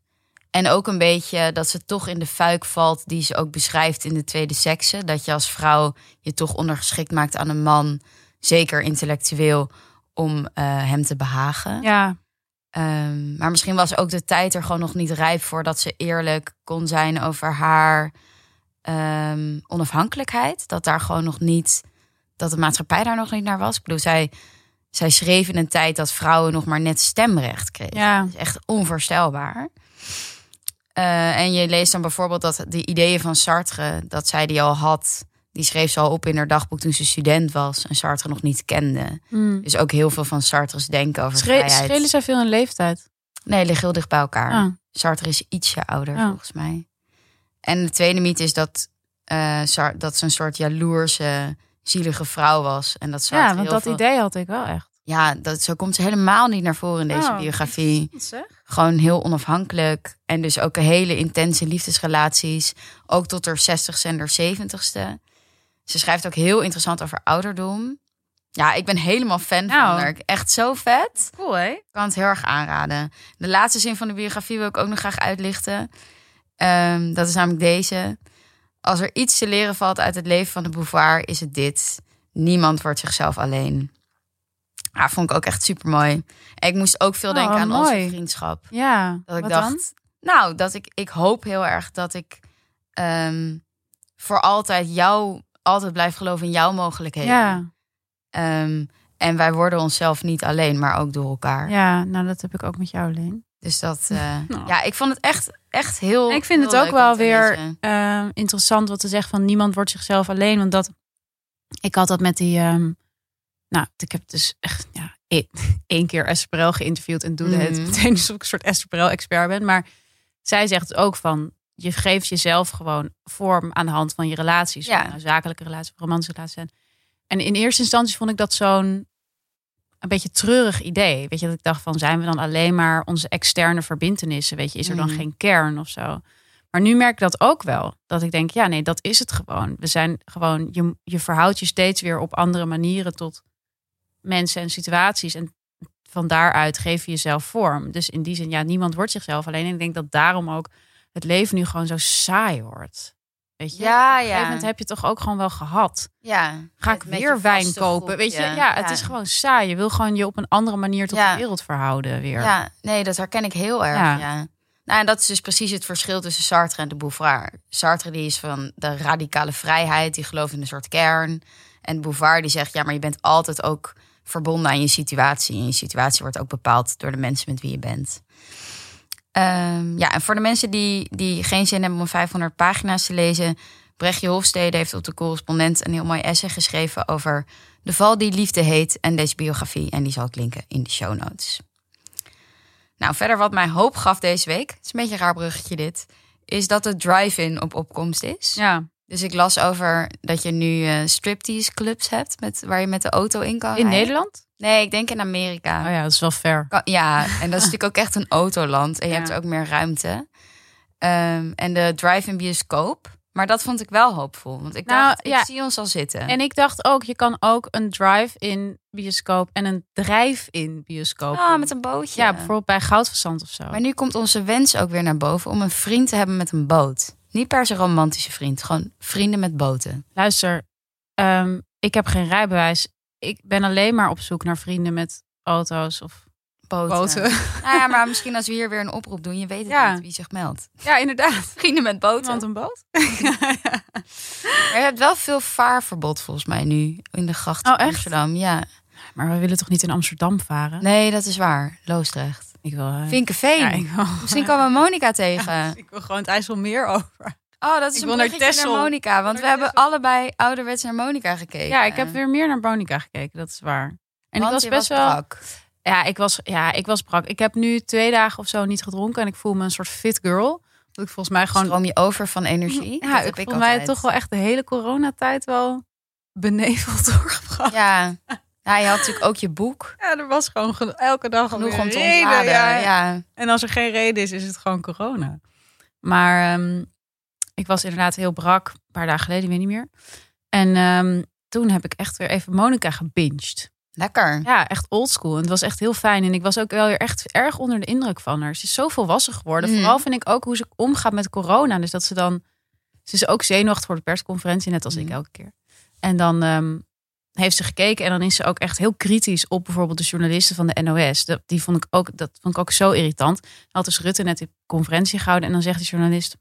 S2: En ook een beetje dat ze toch in de fuik valt die ze ook beschrijft in de tweede sekse. Dat je als vrouw je toch ondergeschikt maakt aan een man, zeker intellectueel, om eh, hem te behagen.
S3: Ja,
S2: Ehm, maar misschien was ook de tijd er gewoon nog niet rijp voor dat ze eerlijk kon zijn over haar ehm, onafhankelijkheid. Dat daar gewoon nog niet, dat de maatschappij daar nog niet naar was. Ik bedoel, zij, zij schreef in een tijd dat vrouwen nog maar net stemrecht kregen.
S3: ja.
S2: Dat is echt onvoorstelbaar. Eh, en je leest dan bijvoorbeeld dat de ideeën van Sartre, dat zij die al had, die schreef ze al op in haar dagboek toen ze student was en Sartre nog niet kende.
S3: Mm.
S2: Dus ook heel veel van Sartre's denken over
S3: Schre-
S2: vrijheid.
S3: schelen zij veel in leeftijd?
S2: Nee, liggen heel dicht bij elkaar.
S3: Ah.
S2: Sartre is ietsje ouder,
S3: Ja.
S2: volgens mij. En de tweede mythe is dat, eh, Sar- dat ze een soort jaloerse, zielige vrouw was. En dat Sartre
S3: Ja, want
S2: heel
S3: dat
S2: veel-
S3: idee had ik wel echt.
S2: Ja, dat, zo komt ze helemaal niet naar voren in deze
S3: Oh,
S2: biografie.
S3: Goed zeg.
S2: Gewoon heel onafhankelijk. En dus ook hele intense liefdesrelaties. Ook tot haar 60ste en haar 70ste. Ze schrijft ook heel interessant over ouderdom. Ja, ik ben helemaal fan van
S3: Nou.
S2: haar. Echt zo vet
S3: Cool, hè?
S2: kan het heel erg aanraden. De laatste zin van de biografie wil ik ook nog graag uitlichten. Ehm, dat is namelijk deze. Als er iets te leren valt uit het leven van de Beauvoir, is het dit. Niemand wordt zichzelf alleen. Ja, vond ik ook echt super mooi. En ik moest ook veel
S3: Oh,
S2: denken aan onze
S3: mooi.
S2: vriendschap.
S3: Ja.
S2: Dat ik
S3: Wat
S2: dacht,
S3: dan?
S2: nou, dat ik, ik hoop heel erg dat ik ehm, voor altijd jou, altijd blijf geloven in jouw mogelijkheden.
S3: Ja.
S2: Ehm, en wij worden onszelf niet alleen, maar ook door elkaar.
S3: ja, nou dat heb ik ook met jou, Leen.
S2: Dus dat, eh,
S3: Nou.
S2: ja, ik vond het echt, echt heel.
S3: En ik vind
S2: heel
S3: het ook
S2: leuk
S3: wel
S2: om te
S3: weer-
S2: lezen.
S3: Ehm, interessant wat te zeggen van niemand wordt zichzelf alleen. Want dat, ik had dat met die, ehm, nou, ik heb dus echt, ja, één, één keer Esther Perel geïnterviewd en doe het
S2: Mhm.
S3: meteen alsof ik een soort Esther Perel expert ben. Maar zij zegt ook van, je geeft jezelf gewoon vorm aan de hand van nou, je relaties.
S2: Ja.
S3: Ja. zakelijke relaties, romantische relaties. zijn. En in eerste instantie vond ik dat zo'n een beetje treurig idee. Weet je, dat ik dacht van zijn we dan alleen maar onze externe verbindenissen? Weet je, is er dan
S2: Mm.
S3: geen kern of zo? Maar nu merk ik dat ook wel. Dat ik denk, ja, nee, dat is het gewoon. We zijn gewoon, je, je verhoudt je steeds weer op andere manieren tot mensen en situaties. En van daaruit geef je jezelf vorm. Dus in die zin, ja, niemand wordt zichzelf. Alleen ik denk dat daarom ook het leven nu gewoon zo saai wordt. Weet je?
S2: Ja,
S3: Op een gegeven
S2: ja.
S3: moment heb je het toch ook gewoon wel gehad
S2: Ja.
S3: ga
S2: Met-
S3: ik
S2: met
S3: weer
S2: je
S3: wijn
S2: vaste
S3: kopen.
S2: groepje.
S3: Weet je, ja, het
S2: Ja.
S3: is gewoon saai. Je wil gewoon je op een andere manier tot
S2: Ja.
S3: de wereld verhouden weer.
S2: Ja, nee, dat herken ik heel erg.
S3: Ja.
S2: Ja. Nou, en dat is dus precies het verschil tussen Sartre en de Bouvard. Sartre die is van de radicale vrijheid, die gelooft in een soort kern. En de Bouvard die zegt, ja, maar je bent altijd ook verbonden aan je situatie. En je situatie wordt ook bepaald door de mensen met wie je bent. Ehm, ja, en voor de mensen die, die geen zin hebben om 500 pagina's te lezen... Brechtje Hofstede heeft op de correspondent een heel mooi essay geschreven... over de val die liefde heet en deze biografie. En die zal ik linken in de show notes. Nou, verder wat mij hoop gaf deze week, het is een beetje een raar bruggetje dit, is dat de drive-in op opkomst is.
S3: Ja,
S2: Dus ik las over dat je nu eh striptease clubs hebt met, waar je met de auto in kan
S3: in
S2: rijden.
S3: Nederland?
S2: Nee, ik denk in Amerika.
S3: Oh ja, dat is wel fair.
S2: Kan- Ja, en dat is natuurlijk ook echt een autoland. En je
S3: Ja.
S2: hebt ook meer ruimte. Ehm, en de drive-in bioscoop. Maar dat vond ik wel hoopvol. Want ik
S3: Nou,
S2: dacht,
S3: ja.
S2: ik zie ons al zitten.
S3: En ik dacht ook, je kan ook een drive-in bioscoop en een drijf-in bioscoop.
S2: ah,
S3: doen.
S2: met een bootje.
S3: ja, bijvoorbeeld bij Goudverzand of zo.
S2: Maar nu komt onze wens ook weer naar boven om een vriend te hebben met een boot. Niet per se een romantische vriend, gewoon vrienden met boten.
S3: Luister, ehm, ik heb geen rijbewijs. Ik ben alleen maar op zoek naar vrienden met auto's of
S2: Boten.
S3: boten.
S2: Nou ja, maar misschien als we hier weer een oproep doen, je weet het
S3: Ja.
S2: niet wie zich meldt.
S3: Ja, inderdaad.
S2: Vrienden met boten.
S3: Iemand een boot?
S2: Maar je hebt wel veel vaarverbod volgens mij nu in de grachten
S3: Oh,
S2: in
S3: echt?
S2: Amsterdam. Ja.
S3: Maar we willen toch niet in Amsterdam varen?
S2: Nee, dat is waar. Loosdrecht.
S3: Ik wil... eh,
S2: Vinkeveen.
S3: ja, ik wil...
S2: Misschien komen we Monica tegen.
S3: Ik wil gewoon het IJsselmeer over.
S2: Oh, dat is
S3: Ik
S2: een
S3: wil naar
S2: bruggetje naar,
S3: Texel.
S2: Monica. Want
S3: Ik
S2: we
S3: wil naar
S2: hebben allebei ouderwets naar Monica gekeken.
S3: Ja, ik heb weer meer naar Bonica gekeken, dat is waar. En
S2: Want
S3: ik was
S2: je
S3: best wel.
S2: brak.
S3: Ja ik was, ja, ik was brak. Ik heb nu twee dagen of zo niet gedronken en ik voel me een soort fit girl. Dat ik volgens mij gewoon.
S2: Stroom je over van energie?
S3: Ja,
S2: Dat
S3: ik
S2: heb
S3: voel mij
S2: altijd.
S3: toch wel echt de hele coronatijd wel beneveld doorgebracht. Ja,
S2: Ja. ja, je had natuurlijk ook je boek.
S3: er was gewoon geno- elke dag
S2: Genoeg
S3: weer
S2: om te
S3: reden,
S2: ontladen.
S3: ja.
S2: Ja. Ja.
S3: En als er geen reden is, is het gewoon corona. Maar ehm, ik was inderdaad heel brak, een paar dagen geleden, ik weet niet meer. En ehm, toen heb ik echt weer even Monica gebinged.
S2: Lekker.
S3: Ja, echt oldschool. En het was echt heel fijn. En ik was ook wel weer echt erg onder de indruk van haar. Ze is zo volwassen geworden.
S2: Mm.
S3: Vooral vind ik ook hoe ze omgaat met corona. Dus dat ze dan... Ze is ook zenuwachtig voor de persconferentie, net als
S2: Mm.
S3: ik elke keer. En dan ehm, heeft ze gekeken en dan is ze ook echt heel kritisch op bijvoorbeeld de journalisten van de NOS. Dat, die vond ik ook, dat vond ik ook zo irritant. Dan had dus Rutte net die conferentie gehouden en dan zegt de journalist...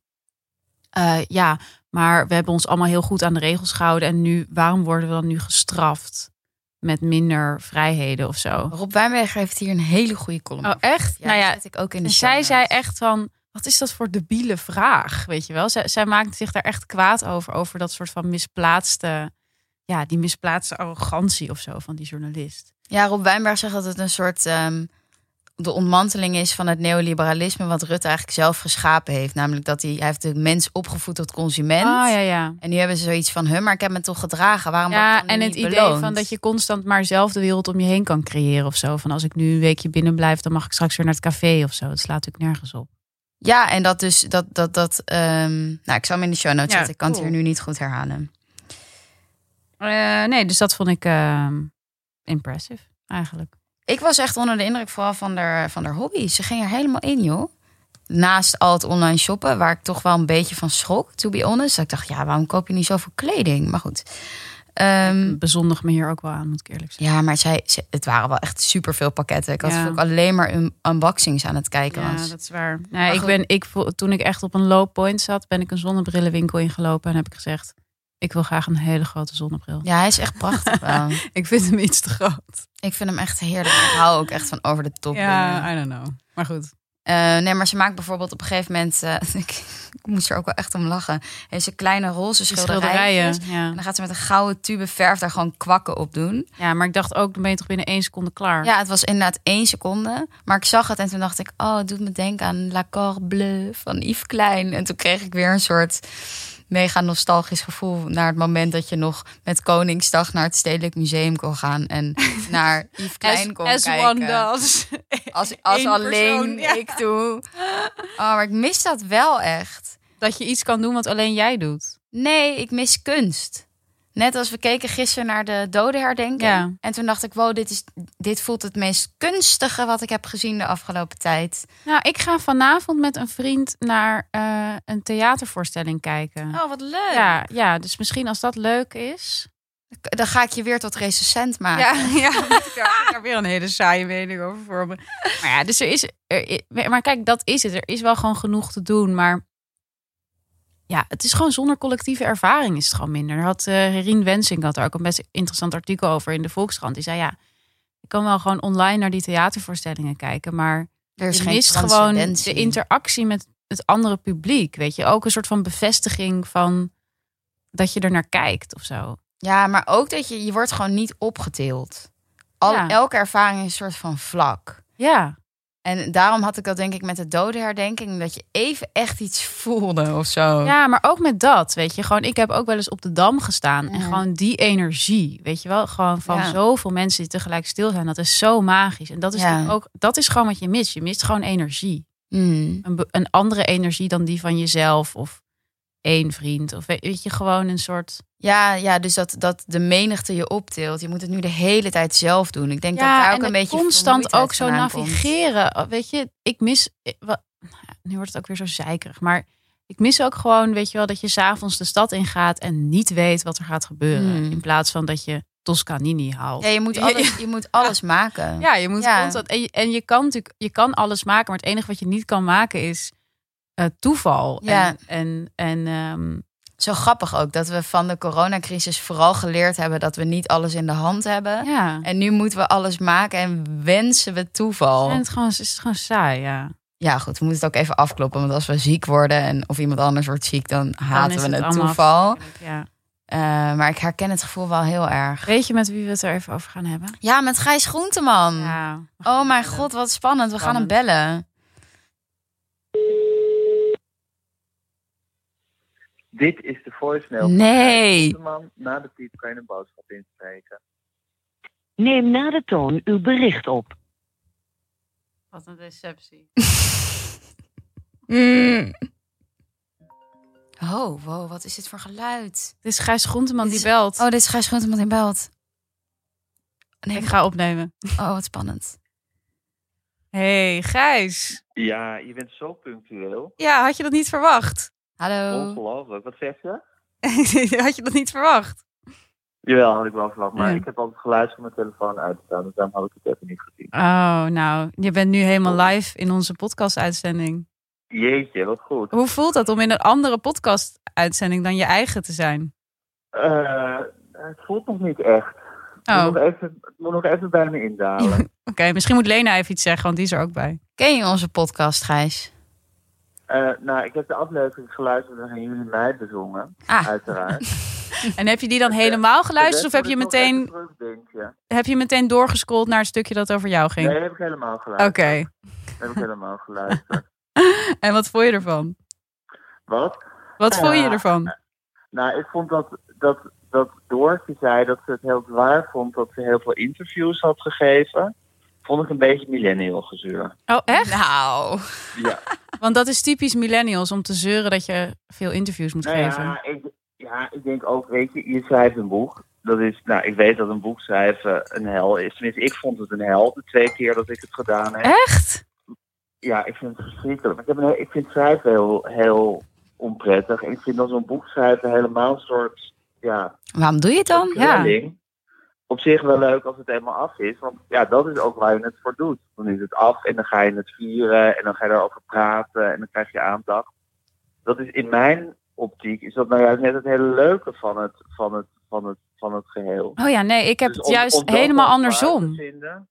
S3: "Eh, ja, maar we hebben ons allemaal heel goed aan de regels gehouden. En nu, waarom worden we dan nu gestraft? Met minder vrijheden of zo.
S2: Rob Wijnberger heeft hier een hele goede column.
S3: Oh,
S2: over.
S3: echt?
S2: Ja,
S3: nou
S2: die
S3: ja,
S2: zet ik ook in de
S3: en
S2: show
S3: zij zei
S2: notes.
S3: echt van, wat is dat voor debiele vraag, weet je wel? Zij, zij maakte zich daar echt kwaad over, over dat soort van misplaatste, ja, die misplaatste arrogantie of zo van die journalist.
S2: Ja, Rob Wijnberg zegt dat het een soort... ehm, de ontmanteling is van het neoliberalisme... wat Rutte eigenlijk zelf geschapen heeft. Namelijk dat hij, hij heeft de mens opgevoed tot consument.
S3: Ah, ja, ja.
S2: En nu hebben ze zoiets van... Huh, maar ik heb me toch gedragen. Waarom word
S3: Ja,
S2: ik dan
S3: en
S2: nu
S3: het
S2: niet
S3: idee
S2: beloond?
S3: van dat je constant maar zelf de wereld om je heen kan creëren of zo. Van als ik nu een weekje binnen blijf, dan mag ik straks weer naar het café of zo. Dat slaat natuurlijk nergens op.
S2: Ja, en dat dus, dat, dat, dat, ehm, nou, ik zal hem in de show notes
S3: Ja,
S2: zetten. Ik kan het
S3: cool.
S2: hier nu niet goed herhalen.
S3: Eh, nee, dus dat vond ik ehm, impressive eigenlijk.
S2: Ik was echt onder de indruk vooral van haar, van haar hobby. Ze ging er helemaal in, joh. Naast al het online shoppen, waar ik toch wel een beetje van schrok, to be honest. Dat Ik dacht, ja, waarom koop je niet zoveel kleding? Maar goed. Ehm,
S3: Bezondig me hier ook wel aan, moet ik eerlijk zeggen.
S2: ja, maar zij, ze- het waren wel echt superveel pakketten. Ik had
S3: Ja.
S2: ook alleen maar un- unboxings aan het kijken.
S3: Ja,
S2: was.
S3: dat is waar.
S2: Maar
S3: Nee, ik
S2: goed.
S3: ben, ik, vo- toen ik echt op een low point zat, ben ik een zonnebrillenwinkel ingelopen en heb ik gezegd: Ik wil graag een hele grote zonnebril.
S2: ja hij is echt prachtig wel.
S3: Ik vind hem iets te groot.
S2: Ik vind hem echt heerlijk. Ik hou ook echt van over de top. dingen.
S3: Ja, I don't know. Maar goed.
S2: Eh, nee, maar ze maakt bijvoorbeeld op een gegeven moment... eh, ik, ik moest er ook wel echt om lachen. Heeft ze kleine roze
S3: Die
S2: schilderijen.
S3: schilderijen.
S2: En
S3: Ja.
S2: dan gaat ze met een gouden tube verf daar gewoon kwakken op doen.
S3: ja, maar ik dacht ook: dan ben je toch binnen één seconde klaar.
S2: Ja, het was inderdaad één seconde. Maar ik zag het en toen dacht ik... Oh, het doet me denken aan La Corps Bleu van Yves Klein. En toen kreeg ik weer een soort... mega nostalgisch gevoel naar het moment dat je nog met Koningsdag naar het Stedelijk Museum kon gaan en naar Yves Klein kon
S3: as
S2: kijken.
S3: one does.
S2: Als, als
S3: Eén
S2: alleen
S3: persoon, ja.
S2: ik doe. Oh, maar ik mis dat wel echt.
S3: dat je iets kan doen wat alleen jij doet.
S2: Nee, ik mis kunst. Net als we keken gisteren naar de dodenherdenking.
S3: Ja.
S2: En toen dacht ik, wow, dit, is, dit voelt het meest kunstige wat ik heb gezien de afgelopen tijd.
S3: Nou, ik ga vanavond met een vriend naar eh, een theatervoorstelling kijken.
S1: Oh, wat leuk.
S3: ja, ja, dus misschien als dat leuk is.
S2: Dan ga ik je weer tot recensent maken.
S3: ja. ik heb weer een hele saaie mening over voor me. Maar ja, dus er is, er i- Maar kijk, dat is het. Er is wel gewoon genoeg te doen. Maar ja, het is gewoon zonder collectieve ervaring is het gewoon minder. Er had eh Rien Wensing had daar ook een best interessant artikel over in de Volkskrant. Die zei ja, ik kan wel gewoon online naar die theatervoorstellingen kijken, maar
S2: Er is
S3: je
S2: geen
S3: mist gewoon de
S2: transcendentie.
S3: interactie met het andere publiek. Weet je, ook een soort van bevestiging van dat je er naar kijkt of zo.
S2: Ja, maar ook dat je, je wordt gewoon niet opgetild. Al,
S3: Ja.
S2: Elke ervaring is een soort van vlak.
S3: Ja,
S2: En daarom had ik dat denk ik met de dodenherdenking. Dat je even echt iets voelde of zo.
S3: ja, maar ook met dat, weet je, gewoon. Ik heb ook wel eens op de dam gestaan en
S2: Mhm.
S3: gewoon die energie, weet je wel, gewoon van
S2: Ja.
S3: zoveel mensen die tegelijk stil zijn, dat is zo magisch. En dat is
S2: Ja.
S3: natuurlijk ook, dat is gewoon wat je mist. Je mist gewoon energie,
S2: Mm.
S3: een, be- een andere energie dan die van jezelf of één vriend of weet- weet je, gewoon een soort.
S2: Ja, ja, dus dat, dat de menigte je optilt. Je moet het nu de hele tijd zelf doen. Ik denk dat daar ook
S3: en
S2: een
S3: dat
S2: beetje
S3: constant
S2: vermoeidheid
S3: ook zo
S2: vandaan komt.
S3: navigeren. Oh, Weet je, ik mis. eh, wa- nou ja, Nu wordt het ook weer zo zeikerig, maar ik mis ook gewoon, weet je wel, dat je s'avonds de stad ingaat en niet weet wat er gaat gebeuren,
S2: Hmm.
S3: in plaats van dat je Toscanini haalt.
S2: Ja, je moet alles, je moet alles maken.
S3: Ja, je moet
S2: Ja.
S3: constant en je, en je kan natuurlijk, je kan alles maken, maar het enige wat je niet kan maken is eh, toeval.
S2: Ja.
S3: En en, en ehm,
S2: Zo grappig ook dat we van de coronacrisis vooral geleerd hebben dat we niet alles in de hand hebben.
S3: ja,
S2: En nu moeten we alles maken en wensen we toeval.
S3: en het gewoon, is het gewoon saai, ja.
S2: Ja, goed, we moeten het ook even afkloppen. Want als we ziek worden en of iemand anders wordt ziek, dan
S3: Dan
S2: haten
S3: is
S2: we het
S3: allemaal
S2: toeval.
S3: verschrikkelijk, Ja.
S2: Eh, maar ik herken het gevoel wel heel erg.
S3: Weet je met wie we het er even over gaan hebben?
S2: Ja, met Gijs Groenteman.
S3: Ja.
S2: Oh mijn god, wat spannend. We gaan hem bellen.
S4: Dit is de voicemail. van
S2: Nee.
S4: Gijs Groenteman. Na de piep kan je een boodschap inspreken.
S5: Neem na de toon uw bericht op.
S3: Wat een deceptie.
S2: Mm. Oh, wow, wat is dit voor geluid?
S3: Dit is Gijs Groenteman
S2: Dit
S3: die
S2: is-
S3: belt.
S2: Oh, dit is Gijs Groenteman in belt. Nee,
S3: ik ga opnemen.
S2: Oh, wat spannend.
S3: Hey Gijs.
S4: Ja, je bent zo punctueel.
S3: Ja, had je dat niet verwacht? Oh.
S2: Hallo.
S4: Ongelooflijk. Wat zeg je?
S3: had je dat niet verwacht?
S4: Jawel, had ik wel verwacht. Maar
S3: Ja.
S4: ik heb altijd geluid van mijn telefoon uitstaan. Dus daarom had ik het even niet gezien.
S3: Oh, nou, je bent nu helemaal live in onze podcast-uitzending.
S4: Jeetje, wat goed.
S3: Hoe voelt dat om in een andere podcast-uitzending dan je eigen te zijn?
S4: Eh, het voelt nog niet echt.
S3: Oh,
S4: Ik moet
S3: oké.
S4: nog even, het moet nog even bij me indalen.
S3: Misschien moet Lena even iets zeggen, want die is er ook bij.
S2: Ken je onze podcast, Gijs?
S4: Eh, nou, ik heb de aflevering geluisterd waarin jullie mij bezongen.
S2: Ah.
S4: Uiteraard.
S3: En heb je die dan helemaal geluisterd of
S4: De
S3: heb
S4: rest
S3: je
S4: moet ik nog
S3: meteen,
S4: even terugdenken.
S3: heb je meteen doorgescrollt naar het stukje dat over jou ging?
S4: Nee, heb ik helemaal
S3: Oké.
S4: geluisterd. Heb ik helemaal geluisterd.
S3: En wat vond je ervan?
S4: Wat?
S3: Wat
S4: Ja.
S3: vond je ervan?
S4: Nou, ik vond dat, dat, dat Doortje zei dat ze het heel waar vond dat ze heel veel interviews had gegeven. Vond ik een beetje millennial gezeur.
S3: Oh, echt?
S2: Nou.
S4: Ja.
S3: Want dat is typisch millennials om te zeuren dat je veel interviews moet
S4: nou
S3: geven.
S4: ja ik, ja, ik denk ook, weet je, je schrijft een boek. Dat is, nou, ik weet dat een boek schrijven een hel is. Tenminste, ik vond het een hel de twee keer dat ik het gedaan heb.
S3: Echt?
S4: Ja, ik vind het verschrikkelijk. Ik, heb een, ik vind schrijven heel, heel onprettig. En ik vind dan zo'n boek schrijven helemaal een soort, ja,
S2: Waarom doe je het dan?
S3: Ja.
S4: ja. Op zich wel leuk als het eenmaal af is. Want ja, dat is ook waar je het voor doet. Dan is het af en dan ga je het vieren en dan ga je daarover praten en dan krijg je aandacht. Dat is in mijn optiek is dat nou juist net het hele leuke van het, van het, van het, van het geheel.
S3: Oh ja, nee, ik heb
S4: Dus
S3: het
S4: om-
S3: juist
S4: om dat
S3: helemaal
S4: dan waar
S3: andersom.
S4: te vinden.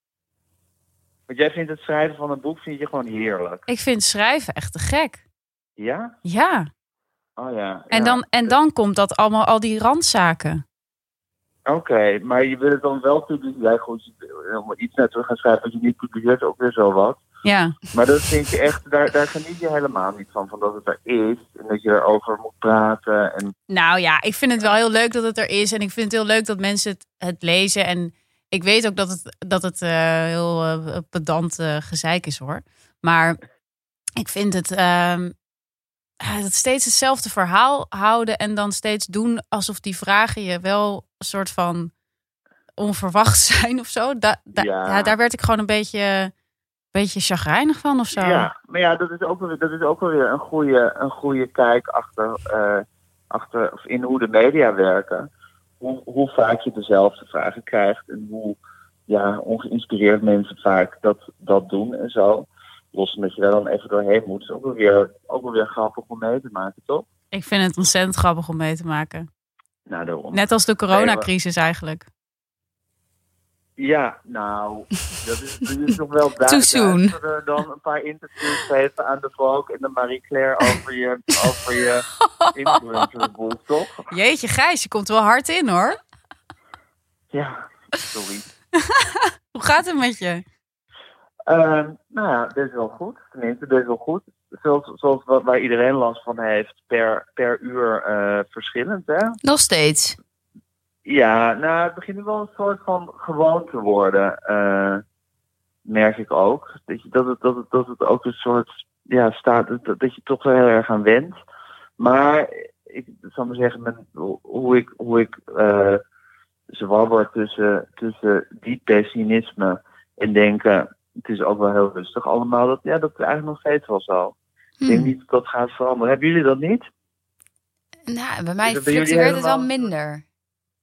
S4: Want jij vindt het schrijven van een boek vind je gewoon heerlijk.
S3: Ik vind schrijven echt te gek.
S4: Ja?
S3: Ja.
S4: Oh ja.
S3: En,
S4: ja.
S3: Dan, en dan komt dat allemaal, al die randzaken.
S4: Oké, maar je wil het dan wel publiceren. Ja, goed, je wil helemaal iets naar terug gaan schrijven als je niet publiceert, ook weer zo wat.
S3: Ja,
S4: Maar dat vind je echt, daar, daar geniet je helemaal niet van. Van dat het er is en dat je erover moet praten. En
S3: nou ja, ik vind het wel heel leuk dat het er is. En ik vind het heel leuk dat mensen het, het lezen. En ik weet ook dat het, dat het eh, heel eh, pedant eh, gezeik is hoor. Maar ik vind het, ehm, eh, dat steeds hetzelfde verhaal houden. En dan steeds doen alsof die vragen je wel een soort van onverwacht zijn of zo. Da- da-
S4: Ja.
S3: ja, daar werd ik gewoon een beetje, beetje chagrijnig van of zo.
S4: ja, maar ja, dat is ook wel, dat is ook wel weer een goede, een goede kijk achter, eh, achter of in hoe de media werken. Hoe, hoe vaak je dezelfde vragen krijgt en hoe ja, ongeïnspireerd mensen vaak dat, dat doen en zo. Los van dat je daar dan even doorheen moet. is ook wel weer, ook wel weer grappig om mee te maken, toch?
S3: Ik vind het ontzettend grappig om mee te maken.
S4: Nou, daarom.
S3: Net als de coronacrisis eigenlijk.
S4: Ja, nou, dat is, dat is toch wel daar-
S2: Too soon.
S4: duisterder dan een paar interviews geven aan de Volk en de Marie Claire over je, over je influencerboel, toch?
S3: Jeetje, Gijs, je komt wel hard in hoor.
S4: Ja, sorry.
S3: Hoe gaat het met je?
S4: Ehm, nou ja, dit is wel goed. Tenminste, dit is wel goed. Zoals, zoals wat, waar iedereen last van heeft, per, per uur eh, verschillend, hè?
S2: Nog steeds.
S4: Ja, nou, het begint wel een soort van gewoon te worden, eh, merk ik ook. Dat, je, dat, het, dat, het, dat het ook een soort, ja, staat, dat, dat je toch wel heel erg aan went. Maar ik zal maar zeggen, mijn, hoe ik, hoe ik eh zwabber tussen, tussen diep pessimisme en denken, het is ook wel heel rustig allemaal, dat, ja, dat is eigenlijk nog steeds wel zo. Ik denk
S2: Hm.
S4: niet dat dat gaat veranderen. Hebben jullie dat niet?
S2: Nou, bij mij
S4: Dus dat bij jullie
S2: fluctueert het wel
S4: helemaal-
S2: minder.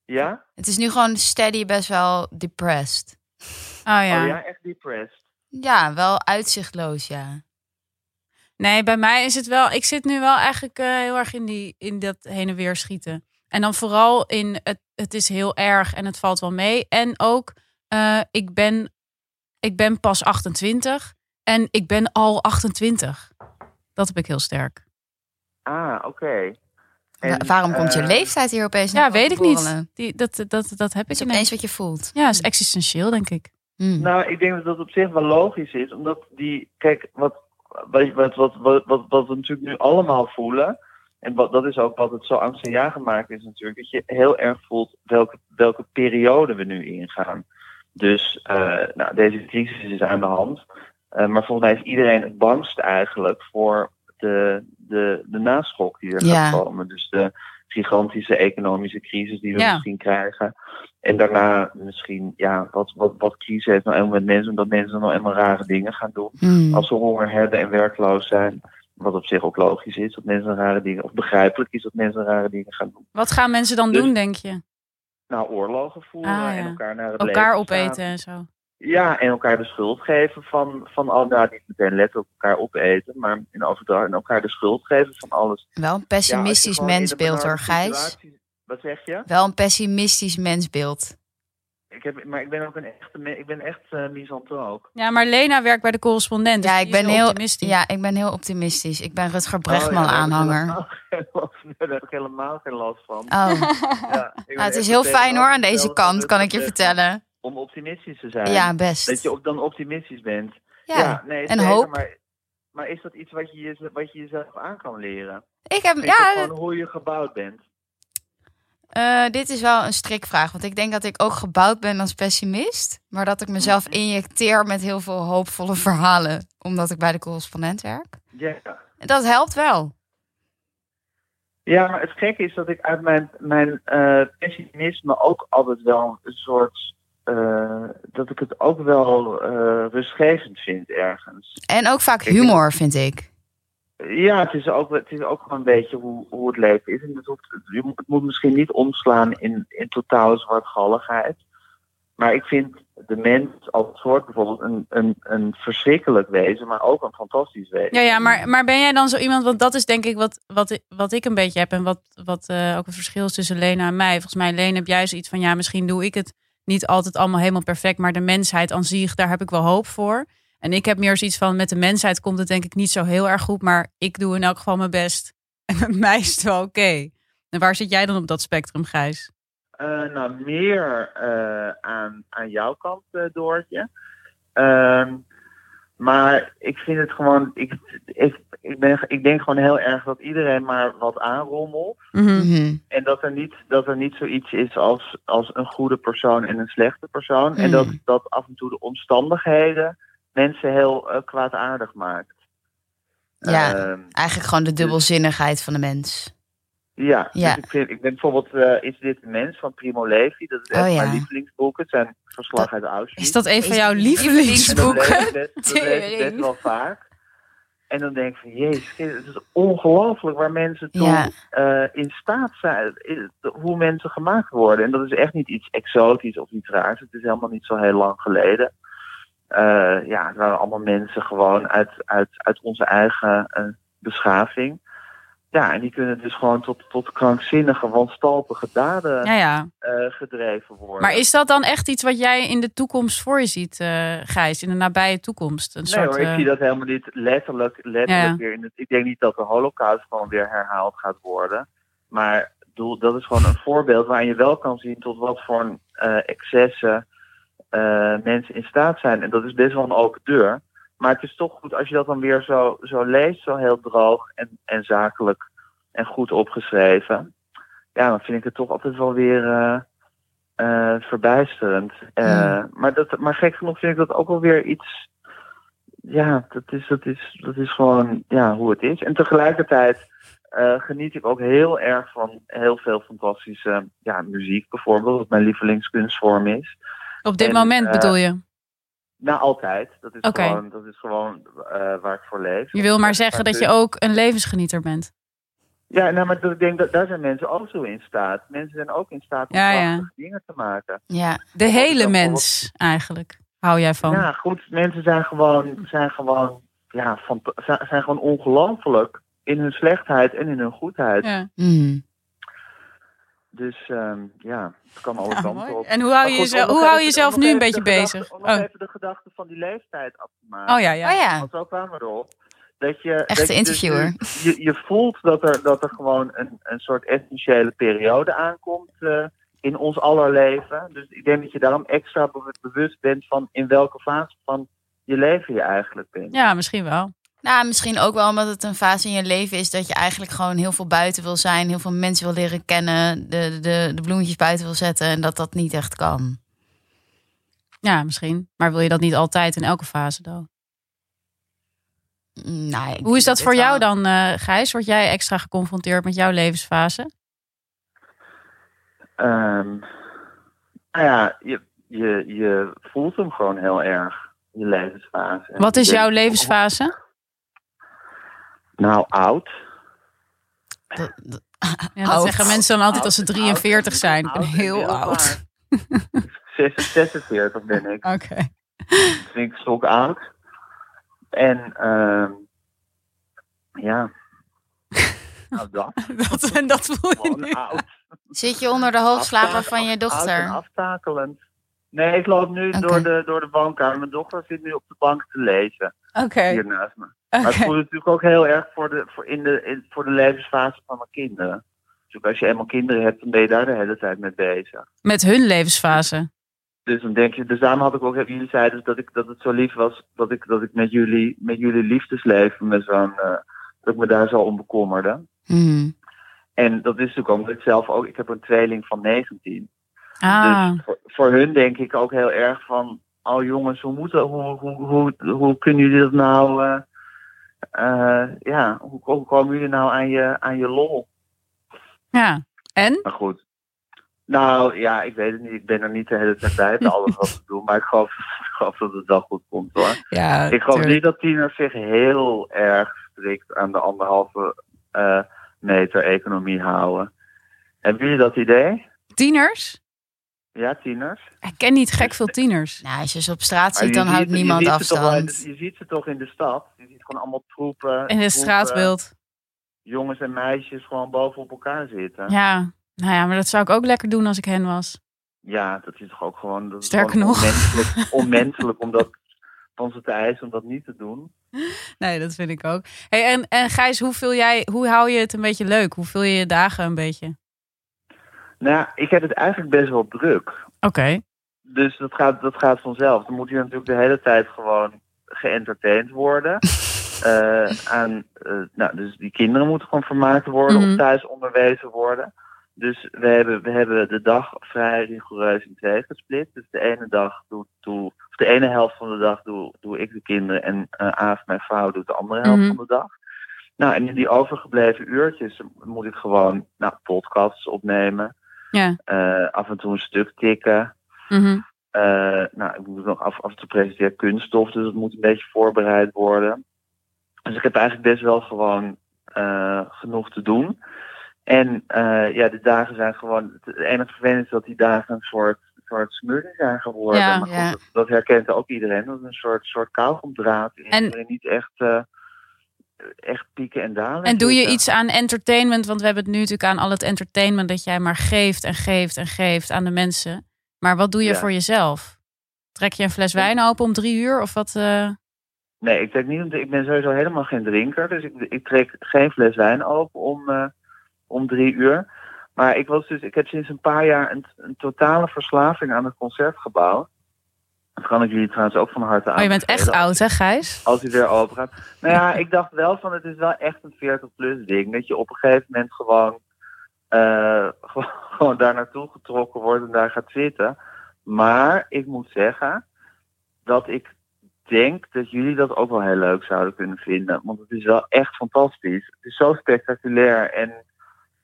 S4: Ja?
S2: Het is nu gewoon steady best wel depressed.
S3: Oh ja.
S4: Oh ja, echt depressed.
S2: Ja, wel uitzichtloos, ja.
S3: Nee, bij mij is het wel. Ik zit nu wel eigenlijk eh, heel erg in, die, in dat heen en weer schieten. En dan vooral in het, het is heel erg en het valt wel mee. En ook, eh, ik, ben, ik ben pas 28 en ik ben al 28. Dat heb ik heel sterk.
S4: Ah, oké.
S2: Wa- Waarom komt je
S4: eh,
S2: leeftijd hier opeens naar
S3: Ja, weet ik
S2: boven borrelen?
S3: niet. Die, dat, dat, dat heb
S2: Het
S3: ik
S2: is opeens
S3: ineens.
S2: wat je voelt.
S3: Ja, is existentieel, denk ik.
S2: Hm.
S4: Nou, ik denk dat dat op zich wel logisch is. Omdat die, kijk, wat, wat, wat, wat, wat, wat, wat we natuurlijk nu allemaal voelen. En wat, dat is ook wat het zo angstaanjagend maakt is natuurlijk. Dat je heel erg voelt welke, welke periode we nu ingaan. Dus eh, nou, deze crisis is aan de hand. Eh, maar volgens mij is iedereen het bangst eigenlijk voor de, de, de naschok die er
S2: Ja.
S4: gaat komen. Dus de gigantische economische crisis die we
S3: Ja.
S4: misschien krijgen. En daarna misschien, ja, wat, wat, wat crisis heeft nou helemaal met mensen, omdat mensen nou helemaal rare dingen gaan doen.
S2: Hm.
S4: Als ze honger hebben en werkloos zijn. Wat op zich ook logisch is, dat mensen rare dingen, of begrijpelijk is dat mensen rare dingen gaan doen.
S3: Wat gaan mensen dan
S4: Dus-
S3: doen, denk je?
S4: Nou, oorlogen voeren
S3: Ah, ja.
S4: en elkaar naar het
S3: Elkaar
S4: leven slaan.
S3: opeten en zo.
S4: Ja, en elkaar de schuld geven van, van al, nou niet meteen letterlijk elkaar opeten, maar in overdracht en elkaar de schuld geven van alles.
S2: Wel een
S4: Ja, als je
S2: pessimistisch
S4: gewoon in een
S2: mensbeeld hoor,
S4: benarde
S2: Gijs.
S4: situatie- Wat zeg je?
S2: Wel een pessimistisch mensbeeld.
S4: Ik heb, maar ik ben ook een echte, me- ik ben echt eh misantroop.
S3: Ja, maar Lena werkt bij de correspondent.
S2: Ja,
S3: dus
S2: ik
S3: die is
S2: ben, heel,
S3: optimistisch.
S2: ja, ik ben heel optimistisch. Ik ben Rutger
S4: Oh, ja,
S2: Brechtman-aanhanger.
S4: Daar heb ik helemaal geen- daar heb ik helemaal geen last van.
S2: oh,
S4: Ja, ik ben
S2: Nou, het
S4: echt
S2: is heel
S4: meteen
S2: fijn hoor aan deze
S4: hetzelfde
S2: kant, kan ik je
S4: als-
S2: vertellen.
S4: eh, Om optimistisch te zijn.
S2: Ja, best.
S4: Dat je ook dan optimistisch bent.
S2: Ja.
S4: nee,
S2: en
S4: zeker,
S2: hoop.
S4: Maar, maar is dat iets wat je, jez- wat je jezelf aan kan leren?
S2: Ik heb,
S4: Is dat
S2: Mm, ja,
S4: gewoon hoe je gebouwd bent.
S2: eh, dit is wel een strikvraag. Want ik denk dat ik ook gebouwd ben als pessimist. Maar dat ik mezelf injecteer met heel veel hoopvolle verhalen. Omdat ik bij de correspondent werk.
S4: Ja.
S2: En Dat helpt wel.
S4: Ja, maar het gekke is dat ik uit mijn, mijn eh, pessimisme ook altijd wel een soort. eh, dat ik het ook wel eh, rustgevend vind ergens.
S2: En ook vaak
S4: Ik-
S2: humor, vind ik.
S4: Ja, het is ook, het is ook gewoon een beetje hoe, hoe het leven is. En het, hoeft, je moet- het moet misschien niet omslaan in, in totale zwartgalligheid. Maar ik vind de mens als soort bijvoorbeeld een, een, een verschrikkelijk wezen, maar ook een fantastisch wezen.
S3: Ja, ja maar, maar ben jij dan zo iemand, want dat is denk ik wat, wat, ik- wat ik een beetje heb en wat, wat eh, ook het verschil is tussen Lena en mij. Volgens mij, Lena heb jij zoiets van, ja, misschien doe ik het niet altijd allemaal helemaal perfect, maar de mensheid aan zich, daar heb ik wel hoop voor. En ik heb meer zoiets van, met de mensheid komt het denk ik niet zo heel erg goed, maar ik doe in elk geval mijn best. En met mij is het wel oké. En waar zit jij dan op dat spectrum, Gijs?
S4: Eh, nou, meer eh, aan, aan jouw kant, eh Doortje. Ehm, Maar ik vind het gewoon, ik, ik, ik, ben, ik denk gewoon heel erg dat iedereen maar wat aanrommelt.
S3: Mhm.
S2: Mhm.
S4: En dat er niet, dat er niet zoiets is als, als een goede persoon en een slechte persoon. En
S2: Mm.
S4: dat, dat af en toe de omstandigheden mensen heel eh, kwaadaardig maakt.
S2: Ja.
S4: Ehm,
S2: Eigenlijk gewoon de dubbelzinnigheid van de mens.
S4: ja,
S2: Ja.
S4: Dus ik, vind, ik ben bijvoorbeeld eh, Is dit de mens van Primo Levi. Dat is echt
S2: Oh, ja.
S4: mijn lievelingsboek. Het zijn verslag uit Auschwitz.
S3: Is dat een van
S2: Is-
S3: jouw
S4: En dat
S3: lievelingsboeken?
S4: lees ik best, dat lees ik best
S2: Tering.
S4: wel vaak. En dan denk ik van, jezus, het is ongelooflijk waar mensen toen
S2: Ja.
S4: eh, in staat zijn, eh, hoe mensen gemaakt worden. En dat is echt niet iets exotisch of iets raars. Het is helemaal niet zo heel lang geleden. Eh, ja, het waren allemaal mensen gewoon uit, uit, uit onze eigen eh, beschaving. Ja, en die kunnen dus gewoon tot, tot krankzinnige, wanstalpige daden
S3: Ja, ja.
S4: eh, gedreven worden.
S3: Maar is dat dan echt iets wat jij in de toekomst voor je ziet, eh, Gijs? In de nabije toekomst? Een
S4: Nee
S3: soort,
S4: hoor, ik
S3: eh,
S4: zie dat helemaal niet letterlijk, letterlijk
S3: Ja.
S4: weer in het... Ik denk niet dat de holocaust gewoon weer herhaald gaat worden. Maar ik bedoel, dat is gewoon een voorbeeld waarin je wel kan zien tot wat voor eh, excessen eh, mensen in staat zijn. En dat is best wel een open deur. Maar het is toch goed als je dat dan weer zo, zo leest, zo heel droog en, en zakelijk en goed opgeschreven. Ja, dan vind ik het toch altijd wel weer eh, eh, verbijsterend. Eh, maar, dat, maar gek genoeg vind ik dat ook wel weer iets. Ja, dat is, dat is, dat is gewoon ja, hoe het is. En tegelijkertijd eh, geniet ik ook heel erg van heel veel fantastische ja, muziek, bijvoorbeeld, wat mijn lievelingskunstvorm is.
S3: op dit
S4: en,
S3: moment
S4: eh,
S3: bedoel je?
S4: Nou, altijd. Dat is
S3: Oké.
S4: gewoon, dat is gewoon eh, waar ik voor leef. dus
S3: Je wil maar zeggen dat je ook een levensgenieter bent.
S4: Ja, nou, maar ik denk dat daar zijn mensen ook zo in staat. Mensen zijn ook in staat om
S3: Ja, ja.
S4: prachtige dingen te maken.
S2: Ja.
S3: De
S4: Of
S3: hele
S4: dat
S3: mens eigenlijk hou jij van.
S4: Ja, goed. Mensen zijn gewoon, zijn gewoon, ja, van, zijn zijn gewoon ongelooflijk in hun slechtheid en in hun goedheid.
S3: Ja.
S2: Mhm.
S4: Dus ehm, ja, het kan alle
S3: Ja,
S4: kanten
S3: ah, mooi.
S4: op.
S3: En hoe hou je
S4: Maar goed,
S3: jezelf,
S4: om nog
S3: hoe hou je
S4: even-
S3: jezelf
S4: om nog
S3: nu een beetje
S4: even de gedachte-
S3: bezig?
S4: Om nog
S3: Oh,
S4: even de gedachte van die leeftijd af te maken.
S3: oh ja, ja.
S2: Oh ja.
S4: Want zo kwamen we erop. Dat je,
S2: Echte
S4: dat je dus
S2: interviewer.
S4: nu- je, je voelt dat er, dat er gewoon een, een soort essentiële periode aankomt eh, in ons aller leven. Dus ik denk dat je daarom extra be- bewust bent van in welke fase van je leven je eigenlijk bent.
S3: Ja, misschien wel.
S2: Nou, misschien ook wel omdat het een fase in je leven is dat je eigenlijk gewoon heel veel buiten wil zijn, heel veel mensen wil leren kennen, de, de, de bloemetjes buiten wil zetten en dat dat niet echt kan.
S3: Ja, misschien. Maar wil je dat niet altijd in elke fase dan?
S2: Nee, Mm, nou, ik
S3: Hoe is
S2: denk
S3: dat voor
S2: het
S3: jou
S2: wel.
S3: dan, eh, Gijs? Word jij extra geconfronteerd met jouw levensfase?
S4: Ehm, nou ja, je, je, je voelt hem gewoon heel erg, je levensfase. En
S3: Wat is
S4: ik denk-
S3: jouw levensfase?
S4: Nou, oud.
S2: Dat- dat-
S3: Ja, dat
S2: Oud.
S3: zeggen mensen dan altijd als ze
S4: Oud en
S3: 43
S4: oud.
S3: zijn. Ik ben
S4: Oud en
S3: heel oud.
S4: maar. 46 ben ik.
S3: Oké.
S4: vind ik stok oud. En ehm ja. Nou, dat.
S3: Dat, en dat voel je
S4: Gewoon
S3: nu.
S4: oud.
S2: Zit je onder de hoogslaper
S4: Aftakel-
S2: van je
S4: Oud en
S2: dochter?
S4: aftakelend. Nee, ik loop nu
S2: Oké.
S4: door, de, door de woonkamer. Mijn dochter zit nu op de bank te lezen.
S3: Oké.
S4: Hier naast me. Maar het
S3: Oké.
S4: voelt natuurlijk ook heel erg voor de, voor, in de, in- voor de levensfase van mijn kinderen. Dus ook als je eenmaal kinderen hebt, dan ben je daar de hele tijd mee bezig.
S3: Met hun levensfase.
S4: Dus dan denk je, dus daarom had ik ook, jullie zeiden dus dat, ik, dat het zo lief was dat ik, dat ik met, jullie, met jullie liefdesleven, met zo'n, eh, dat ik me daar zo om bekommerde.
S2: Mhm.
S4: En dat is natuurlijk ook omdat ik zelf ook, ik heb een tweeling van 19.
S3: Ah,
S4: Dus voor, voor hun denk ik ook heel erg van, oh jongens, hoe, moet dat, hoe, hoe, hoe, hoe kunnen jullie dat nou, eh, eh, ja, hoe, hoe komen jullie nou aan je, aan je lol?
S3: ja. En?
S4: Maar goed. Nou ja, ik weet het niet. Ik ben er niet de hele tijd bij bij alles wat we doen. Maar ik geloof, ik geloof dat het wel goed komt hoor.
S3: Ja,
S4: Ik geloof niet dat tieners zich heel erg strikt aan de anderhalve eh, meter economie houden. Hebben jullie dat idee?
S3: Tieners?
S4: Ja, tieners.
S3: Ik ken niet gek veel tieners.
S2: Nou, als je ze op straat
S4: Maar
S2: ziet, dan
S4: je
S2: houdt
S4: ziet- je
S2: niemand
S4: ziet ze toch wel in de-
S2: afstand.
S4: Je ziet ze toch in de stad. Je ziet gewoon allemaal troepen.
S3: In
S4: troepen,
S3: het straatbeeld.
S4: Jongens en meisjes gewoon bovenop elkaar zitten. eh, Ja,
S3: Ja, nou ja, maar dat zou ik ook lekker doen als ik hen was.
S4: dat is toch ook gewoon... Dat is
S3: Sterker
S4: gewoon
S3: nog.
S4: Onmenselijk, onmenselijk om dat van ze te eisen om dat niet te doen.
S3: Nee, dat vind ik ook. Hey, en, en Gijs, hoe, vul jij, hoe hou je het een beetje leuk? Hoe vul je je dagen een beetje?
S4: Nou, ja, ik heb het eigenlijk best wel druk.
S3: Oké.
S4: Dus dat gaat, dat gaat vanzelf. Dan moet je natuurlijk de hele tijd gewoon geëntertaind worden. Eh, aan, eh, nou, dus die kinderen moeten gewoon vermaakt worden
S3: Mhm.
S4: of thuis onderwezen worden. Dus we hebben, we hebben de dag vrij rigoureus in twee gesplit. Dus de ene dag doe, doe of de ene helft van de dag doe, doe ik de kinderen en eh Aaf, mijn vrouw, doet de andere helft
S3: Mhm.
S4: van de dag. Nou, en in die overgebleven uurtjes moet ik gewoon nou, podcasts opnemen.
S3: Ja.
S4: Eh, af en toe een stuk tikken.
S3: Mhm.
S4: Eh, nou, ik moet nog af, af en toe presenteren kunststof, dus het moet een beetje voorbereid worden. Dus ik heb eigenlijk best wel gewoon eh, genoeg te doen. En eh, ja, de dagen zijn gewoon. Het enige vervelend is dat die dagen een soort, soort smurrie zijn geworden.
S3: Ja,
S4: maar goed,
S2: ja.
S4: dat, dat herkent ook iedereen. Dat is een soort, soort kauwgomdraad is.
S3: En-
S4: waarin niet echt, eh, echt pieken en dalen.
S3: En doe je
S4: zitten.
S3: iets aan entertainment? Want we hebben het nu natuurlijk aan al het entertainment dat jij maar geeft en geeft en geeft aan de mensen. Maar wat doe je
S4: Ja.
S3: voor jezelf? Trek je een fles wijn open om drie uur of wat? eh?
S4: Nee, ik denk niet. want Ik ben sowieso helemaal geen drinker. Dus ik, ik trek geen fles wijn open om, eh, om drie uur. Maar ik, was dus, ik heb sinds een paar jaar een, een totale verslaving aan het concertgebouw. Dat kan ik jullie trouwens ook van harte aan.
S3: Oh, je bent echt oud, hè, Gijs?
S4: Als hij weer open gaat. Nou ja, ik dacht wel van het is wel echt een 40-plus ding. Dat je op een gegeven moment gewoon, eh, gewoon, gewoon daar naartoe getrokken wordt en daar gaat zitten. Maar ik moet zeggen dat ik denk dat jullie dat ook wel heel leuk zouden kunnen vinden. Want het is wel echt fantastisch. Het is zo spectaculair en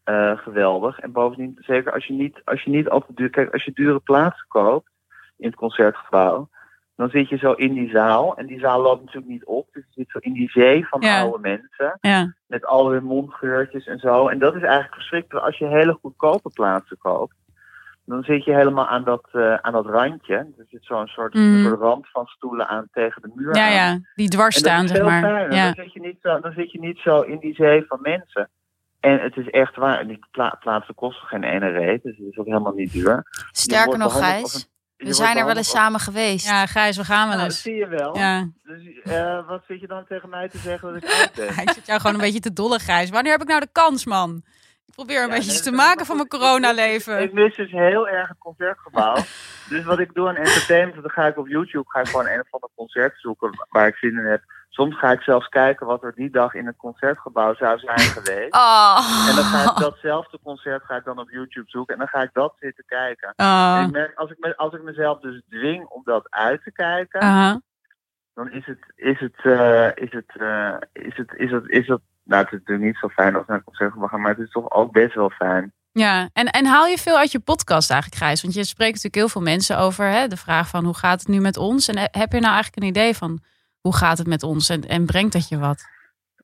S4: eh, geweldig. En bovendien, zeker als je niet, als je niet al te duur... Kijk, als je dure plaatsen koopt in het concertgebouw dan zit je zo in die zaal. En die zaal loopt natuurlijk niet op. Dus je zit zo in die zee van
S3: Ja.
S4: oude mensen.
S3: Ja.
S4: Met al hun mondgeurtjes en zo. En dat is eigenlijk verschrikkelijk. Als je hele goedkope plaatsen koopt, dan zit je helemaal aan dat, eh, aan dat randje. Er zit zo'n soort,
S3: Mhm.
S4: een soort rand van stoelen aan tegen de muur.
S3: Ja,
S4: aan.
S3: ja, die dwars
S4: En dat
S3: staan,
S4: is
S3: zeg
S4: heel
S3: maar.
S4: fijn,
S3: Ja.
S4: Dan, zit je niet zo, dan zit je niet zo in die zee van mensen. En het is echt waar. Die pla- plaatsen kosten geen ene reet. Dus het is ook helemaal niet duur.
S2: Sterker
S4: wordt
S2: nog,
S4: behandeld als
S2: Gijs,
S4: een- je
S2: we
S4: wordt
S2: zijn er wel
S4: behandeld
S2: eens
S4: als-
S2: samen geweest.
S3: ja, Gijs, we gaan wel
S4: Nou, dat
S3: eens.
S4: zie je wel.
S3: dus. Ja.
S4: Dus eh, wat zit je dan tegen mij te zeggen dat ik oud ben?
S3: Ik zit jou gewoon een beetje te dolle, Gijs. Wanneer heb ik nou de kans, man? Ik probeer een
S4: Ja,
S3: beetje
S4: nee,
S3: te
S4: dat-
S3: maken
S4: maar
S3: van mijn
S4: goed, ik-
S3: coronaleven.
S4: Ik mis dus heel erg het concertgebouw. dus wat ik doe aan entertainment, dan ga ik op YouTube ga ik gewoon een of ander concert zoeken waar ik zin in heb. Soms ga ik zelfs kijken wat er die dag in het concertgebouw zou zijn geweest.
S2: Oh.
S4: En dan ga ik datzelfde concert ga ik dan op YouTube zoeken en dan ga ik dat zitten kijken. En
S3: Ah,
S4: ik merk, als, ik me- als ik mezelf dus dwing om dat uit te kijken,
S3: aha.
S4: dan is het, is het, eh, is het, eh, is het, is het, is het, nou het is natuurlijk niet zo fijn als naar een concertgebouw gaan, maar het is toch ook best wel fijn.
S3: Ja, en, en haal je veel uit je podcast eigenlijk, Gijs? Want je spreekt natuurlijk heel veel mensen over hè, de vraag van hoe gaat het nu met ons? En he- heb je nou eigenlijk een idee van hoe gaat het met ons en, en brengt dat je wat?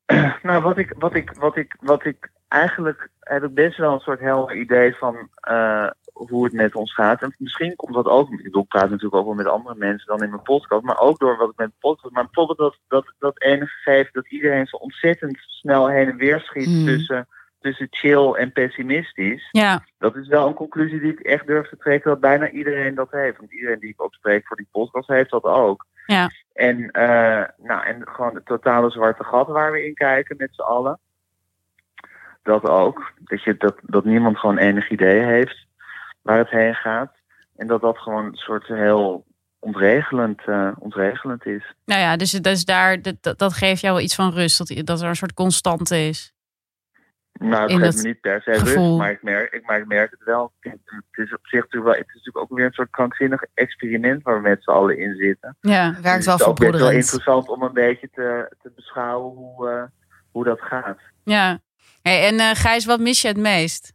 S4: Nou, wat ik, wat ik, wat ik, wat ik eigenlijk heb ik best wel een soort helder idee van eh, hoe het met ons gaat. En misschien komt dat ook, ik bedoel, ik praat natuurlijk ook wel met andere mensen dan in mijn podcast, maar ook door wat ik met de podcast. Maar bijvoorbeeld dat, dat, dat ene gegeven dat iedereen zo ontzettend snel heen en weer schiet
S2: Hmm.
S4: tussen, tussen chill en pessimistisch.
S3: Ja,
S4: Dat is wel een conclusie die ik echt durf te trekken dat bijna iedereen dat heeft. Want iedereen die ik ook spreek voor die podcast heeft dat ook.
S3: Ja.
S4: En, eh, nou, en gewoon het totale zwarte gat waar we in kijken met z'n allen. Dat ook. Dat, je, dat, dat niemand gewoon enig idee heeft waar het heen gaat. En dat dat gewoon een soort heel ontregelend, eh, ontregelend is.
S3: nou ja, dus, dus daar, dat- dat, dat geeft jou wel iets van rust, dat, dat er een soort constante is.
S4: Nou, het
S3: in
S4: geeft
S3: dat
S4: me niet per se
S3: gevoel.
S4: rust, maar ik merk, ik, maar ik merk het wel. Het is op zich natuurlijk wel, het is natuurlijk ook weer een soort krankzinnig experiment waar we met z'n allen in zitten.
S3: Ja,
S2: Werkt
S4: Dus
S2: wel
S4: het is ook best wel
S2: verbroederend.
S4: interessant om een beetje te, te beschouwen hoe, eh, hoe dat gaat.
S3: ja. Hey, en eh, Gijs, wat mis je het meest?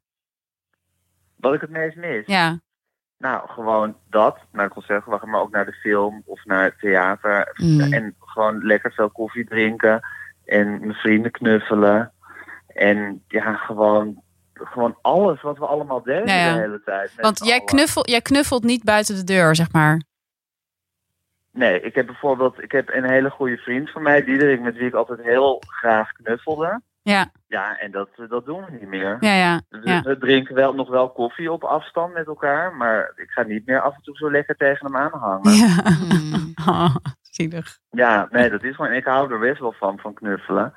S4: Wat ik het meest mis?
S3: Ja,
S4: Nou, gewoon dat, naar het concertgebouw, maar ook naar de film of naar het theater.
S2: Mm.
S4: En gewoon lekker veel koffie drinken en mijn vrienden knuffelen. En ja, gewoon, gewoon alles wat we allemaal deden
S3: Nou ja.
S4: de hele tijd. met
S3: want
S4: z'n
S3: jij,
S4: allen.
S3: knuffel, jij knuffelt niet buiten de deur, zeg maar.
S4: Nee, ik heb bijvoorbeeld ik heb een hele goede vriend van mij, Diederik, met wie ik altijd heel graag knuffelde.
S3: Ja,
S4: Ja, en dat, eh, dat doen we niet meer.
S3: ja, ja.
S4: We, we drinken wel nog wel koffie op afstand met elkaar, maar ik ga niet meer af en toe zo lekker tegen hem aanhangen. Ja,
S3: ja.
S2: Mm.
S3: Oh, zielig.
S4: nee, dat is gewoon, ik hou er best wel van, van knuffelen.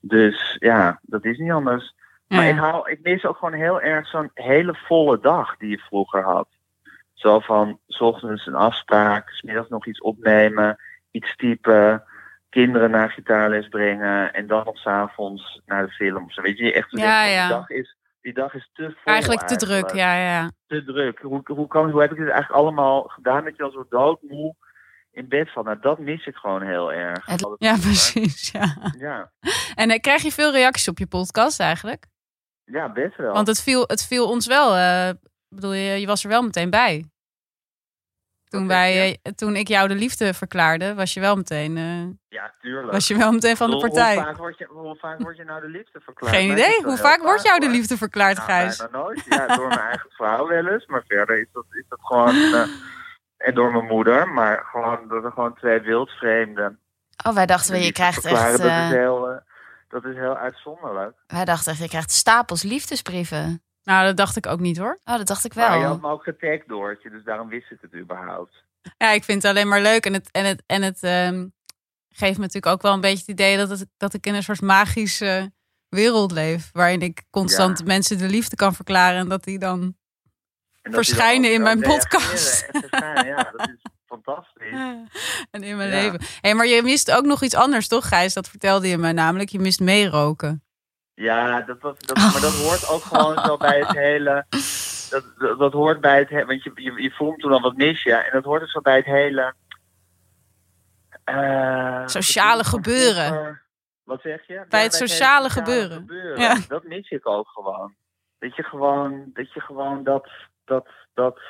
S4: Dus ja, dat is niet anders.
S3: Ja,
S4: Maar
S3: ja.
S4: ik, hou, ik mis ook gewoon heel erg zo'n hele volle dag die je vroeger had. Zo van, s ochtends een afspraak, s middags nog iets opnemen, iets typen, kinderen naar gitaarles brengen en dan nog s'avonds naar de films. Weet je, echt zo
S3: Ja,
S4: denken,
S3: ja.
S4: Die, dag is, die dag is te vol.
S3: Eigenlijk te druk, ja, ja.
S4: Te druk. Hoe, hoe, kan, hoe heb ik dit eigenlijk allemaal gedaan dat je al zo doodmoe in bed valt? Nou, dat mis ik gewoon heel erg.
S2: Het-
S3: Ja, precies. Ja.
S4: Ja,
S3: En eh, krijg je veel reacties op je podcast eigenlijk?
S4: ja, best wel.
S3: Want het viel, het viel ons wel. eh, bedoel je, je was er wel meteen bij. Toen,
S4: Oké,
S3: wij,
S4: ja.
S3: eh, toen ik jou de liefde verklaarde, was je wel meteen, eh,
S4: ja, tuurlijk.
S3: was je wel meteen van de
S4: Hoe- Hoe
S3: partij.
S4: vaak, word je, hoe vaak word je nou de liefde verklaard?
S3: Geen
S4: Mij is
S3: idee.
S4: dat
S3: Hoe
S4: heel
S3: vaak wordt jou de
S4: hoor.
S3: liefde verklaard,
S4: Nou,
S3: Gijs?
S4: bijna nooit. Ja, door mijn eigen vrouw wel eens. Maar verder is dat, is dat gewoon... eh, en door mijn moeder. Maar gewoon door gewoon twee wildvreemden.
S2: Oh, wij dachten,
S4: Die
S2: je krijgt
S4: verklaren,
S2: echt,
S4: Dat, is
S2: eh,
S4: heel, eh, dat is heel uitzonderlijk.
S2: wij dachten echt, je krijgt stapels liefdesbrieven.
S3: Nou, dat dacht ik ook niet hoor.
S2: Oh, dat dacht ik
S4: Maar je
S2: wel.
S4: had me ook getagd, Doortje. Dus daarom wist ik het überhaupt.
S3: Ja, ik vind het alleen maar leuk. En het, en het, en het ehm, geeft me natuurlijk ook wel een beetje het idee dat, het, dat ik in een soort magische wereld leef. Waarin ik constant
S4: Ja.
S3: mensen de liefde kan verklaren. En dat die dan.
S4: En dat
S3: Verschijnen
S4: die
S3: in
S4: dan ook
S3: mijn
S4: zo
S3: podcast.
S4: reageren en verschijnen, ja, dat is fantastisch.
S3: En in mijn
S4: Ja.
S3: leven. Hé, maar je mist ook nog iets anders, toch, Gijs? Dat vertelde je me namelijk. Je mist meeroken.
S4: Ja, dat, was dat, maar dat hoort
S3: Oh.
S4: ook gewoon zo bij het hele... Dat, dat, dat hoort bij het... he- Want je, je, je voelt toen al wat mis, ja. En dat hoort dus ook zo bij het hele... eh,
S3: Sociale
S4: gedoe van
S3: gebeuren.
S4: vroeger. Wat zeg je? Ja,
S3: het sociale gebeuren. Ja.
S4: Dat mis ik ook gewoon. Dat je gewoon dat, je gewoon dat, dat, dat,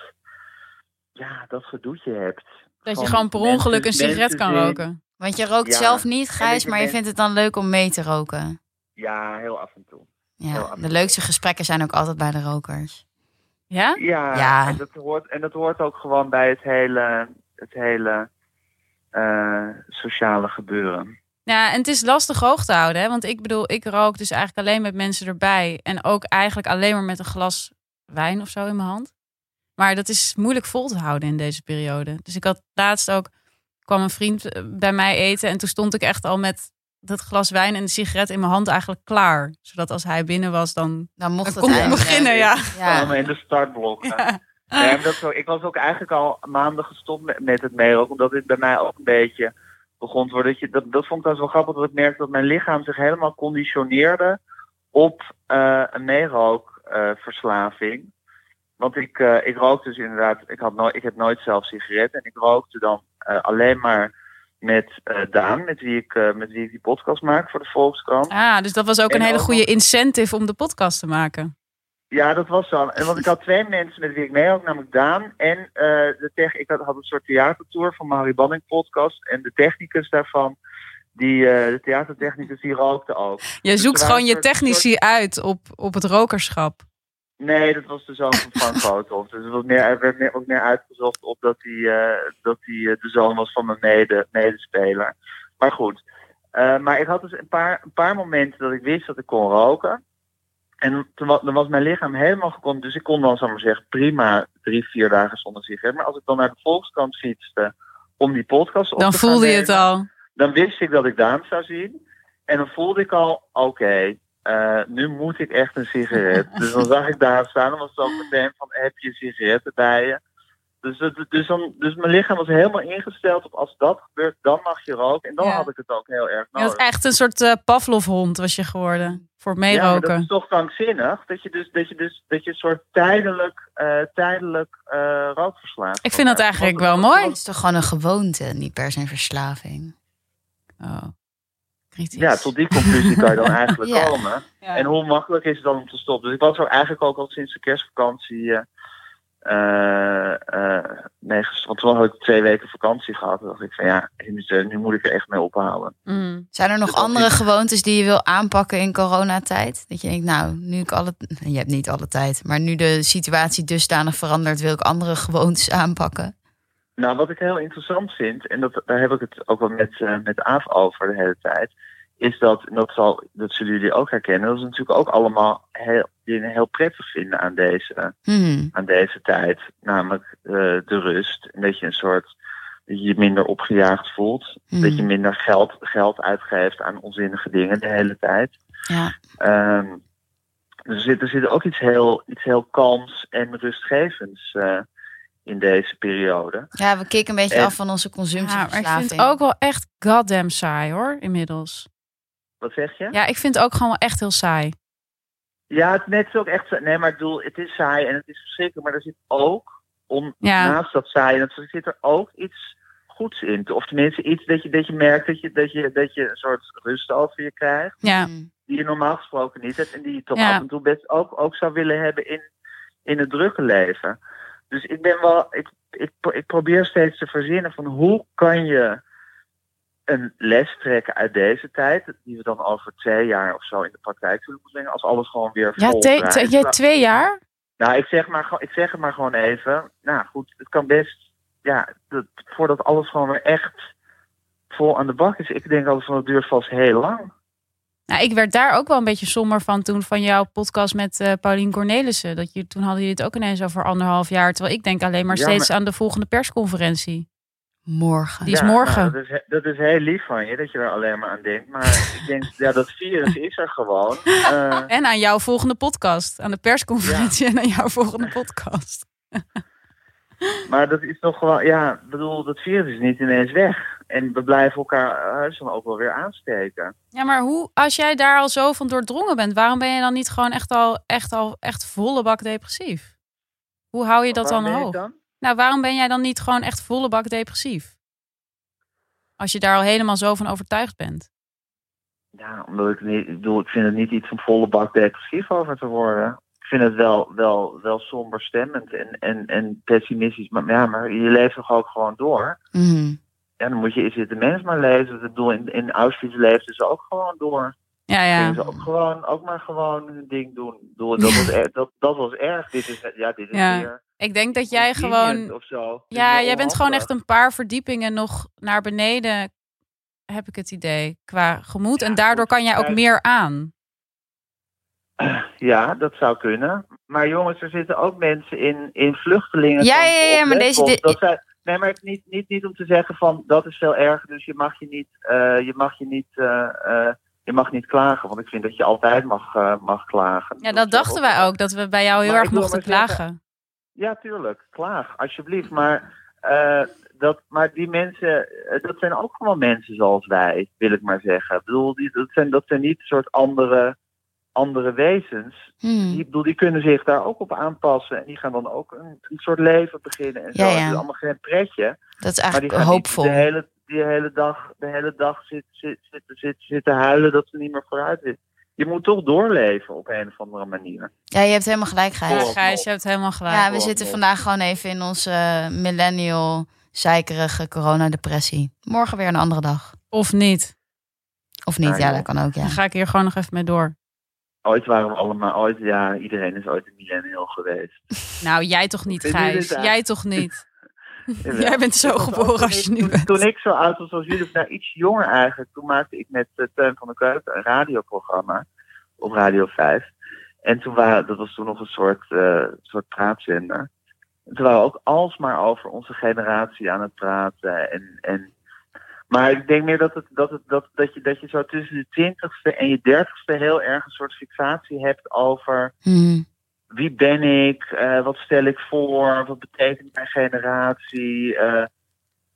S4: ja, dat gedoetje hebt.
S3: Dat je
S4: Van
S3: gewoon per ongeluk een
S4: mensen-
S3: sigaret
S4: mensen
S3: kan
S4: die-
S3: roken.
S2: Want je rookt
S4: Ja.
S2: zelf niet,
S4: weet
S2: Gijs,
S4: je,
S2: maar je
S4: men-
S2: vindt het dan leuk om mee te roken.
S4: Ja, heel af en toe. Heel
S2: Ja, de
S4: absoluut.
S2: leukste gesprekken zijn ook altijd bij de rokers.
S3: Ja?
S4: Ja,
S2: Ja.
S4: En, dat hoort, en dat hoort ook gewoon bij het hele, het hele eh, sociale gebeuren.
S3: Ja, en het is lastig hoog te houden. Hè? Want ik bedoel, ik rook dus eigenlijk alleen met mensen erbij. En ook eigenlijk alleen maar met een glas wijn of zo in mijn hand. Maar dat is moeilijk vol te houden in deze periode. Dus ik had laatst ook, kwam een vriend eh, bij mij eten. En toen stond ik echt al met dat glas wijn en de sigaret in mijn hand eigenlijk klaar. Zodat als hij binnen was, dan
S2: Dan mocht het
S3: kon ik
S2: eigenlijk.
S3: beginnen. Ja.
S2: Ja.
S4: Allemaal in de startblokken.
S3: Ja.
S4: Nee, maar dat is ook- ik was ook eigenlijk al maanden gestopt met, met het meeroken, omdat dit bij mij ook een beetje begon te worden. Dat, je, dat, dat vond ik trouwens wel grappig, dat ik merkte dat mijn lichaam zich helemaal conditioneerde op eh, een meerookverslaving. Want ik, eh, ik rookte dus inderdaad, ik, had nooit, ik heb nooit zelf sigaretten en ik rookte dan eh, alleen maar met eh, Daan, met wie, ik, eh, met wie ik die podcast maak voor de Volkskrant.
S3: Ah, dus dat was ook
S4: En
S3: een hele
S4: ook
S3: goede
S4: nog-
S3: incentive om de podcast te maken.
S4: Ja, dat was dan. En want ik had twee mensen met wie ik mee ook, namelijk Daan en eh, de tech. Ik had, had een soort theatertour van Marie Banning podcast. En de technicus daarvan, die, eh, de theatertechnicus, die rookte ook.
S3: Je
S4: Dus
S3: zoekt
S4: er waren
S3: gewoon je
S4: een soort-
S3: technici uit op, op het rokerschap.
S4: Nee, dat was dus de zoon van Frank Groothoff. Dus het was meer, er werd meer, ook meer uitgezocht op dat hij, eh, dat hij eh, de zoon was van mijn mede, medespeler. Maar goed. Eh, maar ik had dus een paar, een paar momenten dat ik wist dat ik kon roken. En toen was, dan was mijn lichaam helemaal gekomen. Dus ik kon dan, zal ik maar zeggen, prima drie, vier dagen zonder sigaret. Maar als ik dan naar de Volkskamp fietste om die podcast op
S3: Dan
S4: te gaan
S3: voelde je het
S4: nemen,
S3: al.
S4: dan wist ik dat ik Daan zou zien. En dan voelde ik al, oké, eh, nu moet ik echt een sigaret. dus dan zag ik Daan staan en was het ook meteen van, heb je sigaretten bij je? Dus, dat- dus, dan, dus mijn lichaam was helemaal ingesteld op als dat gebeurt, dan mag je roken. En dan
S3: Ja.
S4: had ik het ook heel erg
S3: Je was
S4: nodig.
S3: echt een soort eh, Pavlov-hond was je geworden. Voor het
S4: oh. Ja, maar dat
S3: meeroken.
S4: is toch krankzinnig dat je dus dat je dus dat je een soort tijdelijk eh tijdelijk eh rookverslaafd.
S3: Ik vind dat
S4: wordt.
S3: eigenlijk
S4: Want-
S3: wel
S2: Het
S3: mooi.
S2: is toch gewoon een gewoonte, niet per se een verslaving.
S3: Oh, kritisch.
S4: Ja, tot die conclusie kan je dan eigenlijk
S2: Ja.
S4: komen.
S3: Ja.
S4: En hoe makkelijk is het dan om te stoppen? Dus ik was er eigenlijk ook al sinds de kerstvakantie eh eh, eh, mee gestopt. Want toen had ik twee weken vakantie gehad. Toen dacht ik van ja, nu- nu moet ik er echt mee ophouden.
S3: Mm.
S2: Zijn er nog
S4: Dus dat
S2: andere
S4: is-
S2: gewoontes die je wil aanpakken in coronatijd? Dat je denkt, nou, nu ik alle... Je hebt niet alle tijd, maar nu de situatie dusdanig verandert... wil ik andere gewoontes aanpakken.
S4: Nou, wat ik heel interessant vind, en dat, daar heb ik het ook wel met, eh met Aaf over de hele tijd, is dat, en dat, zal, dat zullen jullie ook herkennen, dat is natuurlijk ook allemaal heel, dingen heel prettig vinden aan deze,
S2: Hmm.
S4: aan deze tijd. Namelijk eh, de rust. En dat je een soort, dat je je minder opgejaagd voelt.
S2: Hmm.
S4: Dat je
S3: Mm.
S4: minder geld, geld uitgeeft aan onzinnige dingen de hele tijd.
S2: Ja.
S4: Ehm, dus er zit, er zit ook iets heel, iets heel kalms en rustgevends eh, in deze periode.
S2: Ja, we kicken een beetje
S4: En-
S2: af van onze
S3: Ja, maar
S2: consumptieverslaving.
S3: ik vind het ook wel echt goddamn saai hoor, inmiddels.
S4: Wat zeg je?
S3: Ja, ik vind het ook gewoon wel echt heel saai.
S4: Ja, het, nee, het is ook echt saai. Nee, maar ik bedoel, het is saai en het is verschrikkelijk. Maar er zit ook, om,
S3: Ja.
S4: naast dat saai, en dat soort- zit er ook iets goeds in. Of tenminste iets dat je, dat je merkt dat je, dat, je, dat je een soort rust over je krijgt.
S3: Ja,
S2: Mm.
S4: Die je normaal gesproken niet hebt. En die je toch
S3: Ja.
S4: af en toe best ook, ook zou willen hebben in, in het drukke leven. Dus ik ben wel, ik, ik, pro- ik probeer steeds te verzinnen van hoe kan je een les trekken uit deze tijd, die we dan over twee jaar of zo in de praktijk zullen moeten brengen, als alles gewoon weer
S3: ja
S4: vol
S3: te-
S4: draait.
S3: te- jij twee jaar?
S4: Nou, ik zeg, maar, gewoon- ik zeg het maar gewoon even. Nou goed, het kan best. Ja, dat, voordat alles gewoon weer echt vol aan de bak is. Ik denk altijd van het duurt vast heel lang.
S3: Nou, ik werd daar ook wel een beetje somber van toen van jouw podcast met eh Paulien Cornelissen. Dat je, toen hadden jullie het ook ineens over anderhalf jaar. Terwijl ik denk alleen maar
S4: Ja,
S3: steeds aan de volgende persconferentie.
S2: Morgen.
S3: Die is
S4: Ja,
S3: morgen.
S4: nou, dat, is, he- dat is heel lief van je, dat je er alleen maar aan denkt. Maar ik denk, ja, dat virus is er gewoon. Eh,
S3: En aan jouw volgende podcast. Aan de persconferentie en aan jouw volgende podcast.
S4: maar dat is toch wel, ja, ik bedoel, dat virus is niet ineens weg. En we blijven elkaar huis dan ook wel weer aansteken.
S3: Ja, maar hoe, als jij daar al zo van doordrongen bent, waarom ben je dan niet gewoon echt al echt, al, echt volle bak depressief? Hoe hou je dat
S4: Waarom
S3: dan
S4: ben ik
S3: hoog? Nou, waarom ben jij dan niet gewoon echt volle bak depressief? Als je daar al helemaal zo van overtuigd bent.
S4: Ja, omdat ik niet, ik bedoel, ik vind het niet iets om volle bak depressief over te worden. Ik vind het wel, wel, wel somber stemmend en, en, en pessimistisch. Maar ja, maar je leeft toch ook gewoon door.
S2: Mhm.
S4: Ja, dan moet je Is het de mens maar lezen. Ik bedoel, in, in Auschwitz leefden ze ook gewoon door.
S3: Ja, ja.
S4: Gingen ze ook gewoon, ook maar gewoon hun ding doen. Ik bedoel, dat, was er, dat, dat was erg. Dit is, ja, dit is
S3: Ja.
S4: weer
S3: Ik denk dat jij
S4: convenient
S3: gewoon.
S4: Of zo. Dit is
S3: Ja,
S4: weer
S3: jij bent gewoon
S4: onhandig.
S3: echt een paar verdiepingen nog naar beneden, heb ik het idee, qua gemoed.
S4: Ja,
S3: en daardoor
S4: goed,
S3: kan jij ook
S4: kijk.
S3: meer aan.
S4: Ja, dat zou kunnen. Maar jongens, er zitten ook mensen in, in vluchtelingen.
S2: Ja, ja, ja, maar deze- de-
S4: Dat zijn, nee, maar niet, niet, niet om te zeggen van dat is veel erger, dus je mag je niet, eh, je mag je niet, eh, eh, je mag niet klagen. Want ik vind dat je altijd mag, eh, mag klagen.
S3: Ja, dat dachten wij ook, dat we bij jou heel
S4: Maar
S3: erg
S4: ik wil
S3: mochten
S4: maar zeggen-
S3: klagen.
S4: Ja, tuurlijk. Klaag, alsjeblieft. Maar, eh, dat, maar die mensen, eh, dat zijn ook gewoon mensen zoals wij, wil ik maar zeggen. Ik bedoel, die, dat, zijn, dat zijn niet een soort andere, andere wezens.
S2: Hmm.
S4: Die, bedoel, die kunnen zich daar ook op aanpassen. En die gaan dan ook een, een soort leven beginnen. En zo.
S2: Ja, ja.
S4: Het is allemaal geen pretje.
S2: Dat is
S4: Maar die
S2: eigenlijk
S4: gaan niet
S2: hoopvol.
S4: de hele, die hele dag, de hele dag zit, zit, zit, zit, zitten huilen dat ze niet meer vooruit zitten. Je moet toch doorleven op een of andere manier.
S2: Ja, je hebt helemaal gelijk,
S3: Ja,
S2: Gijs.
S4: Klopt.
S3: Gijs, je hebt helemaal gelijk.
S2: Ja, we
S4: klopt,
S2: zitten
S4: klopt.
S2: vandaag gewoon even in onze eh, millennial zeikerige coronadepressie. Morgen weer een andere dag.
S3: Of niet.
S2: Of niet,
S4: Ah,
S2: ja,
S4: joh.
S2: dat kan ook, ja.
S3: Dan ga ik hier gewoon nog even mee door.
S4: Ooit waren we allemaal, ooit, ja, iedereen is ooit een millennial geweest.
S3: Nou, jij toch niet,
S4: Wat vinden
S3: Gijs?
S4: jullie daar?
S3: Jij toch niet?
S4: Jawel.
S3: Jij bent zo
S4: Ik was ook
S3: geboren
S4: toen
S3: als je
S4: ik-
S3: nu
S4: toen,
S3: bent.
S4: toen ik zo oud was als jullie, of nou iets jonger eigenlijk, toen maakte ik met eh, Teun van der Keuken een radioprogramma op Radio 5. En toen waren, dat was toen nog een soort, eh, soort praatzender. En toen waren we ook alsmaar over onze generatie aan het praten. En, en, maar ik denk meer dat, het, dat, het, dat, dat, je, dat je zo tussen de twintigste en je dertigste heel erg een soort fixatie hebt over
S2: Mhm.
S4: wie ben ik, Eh, wat stel ik voor, wat betekent mijn generatie. Eh,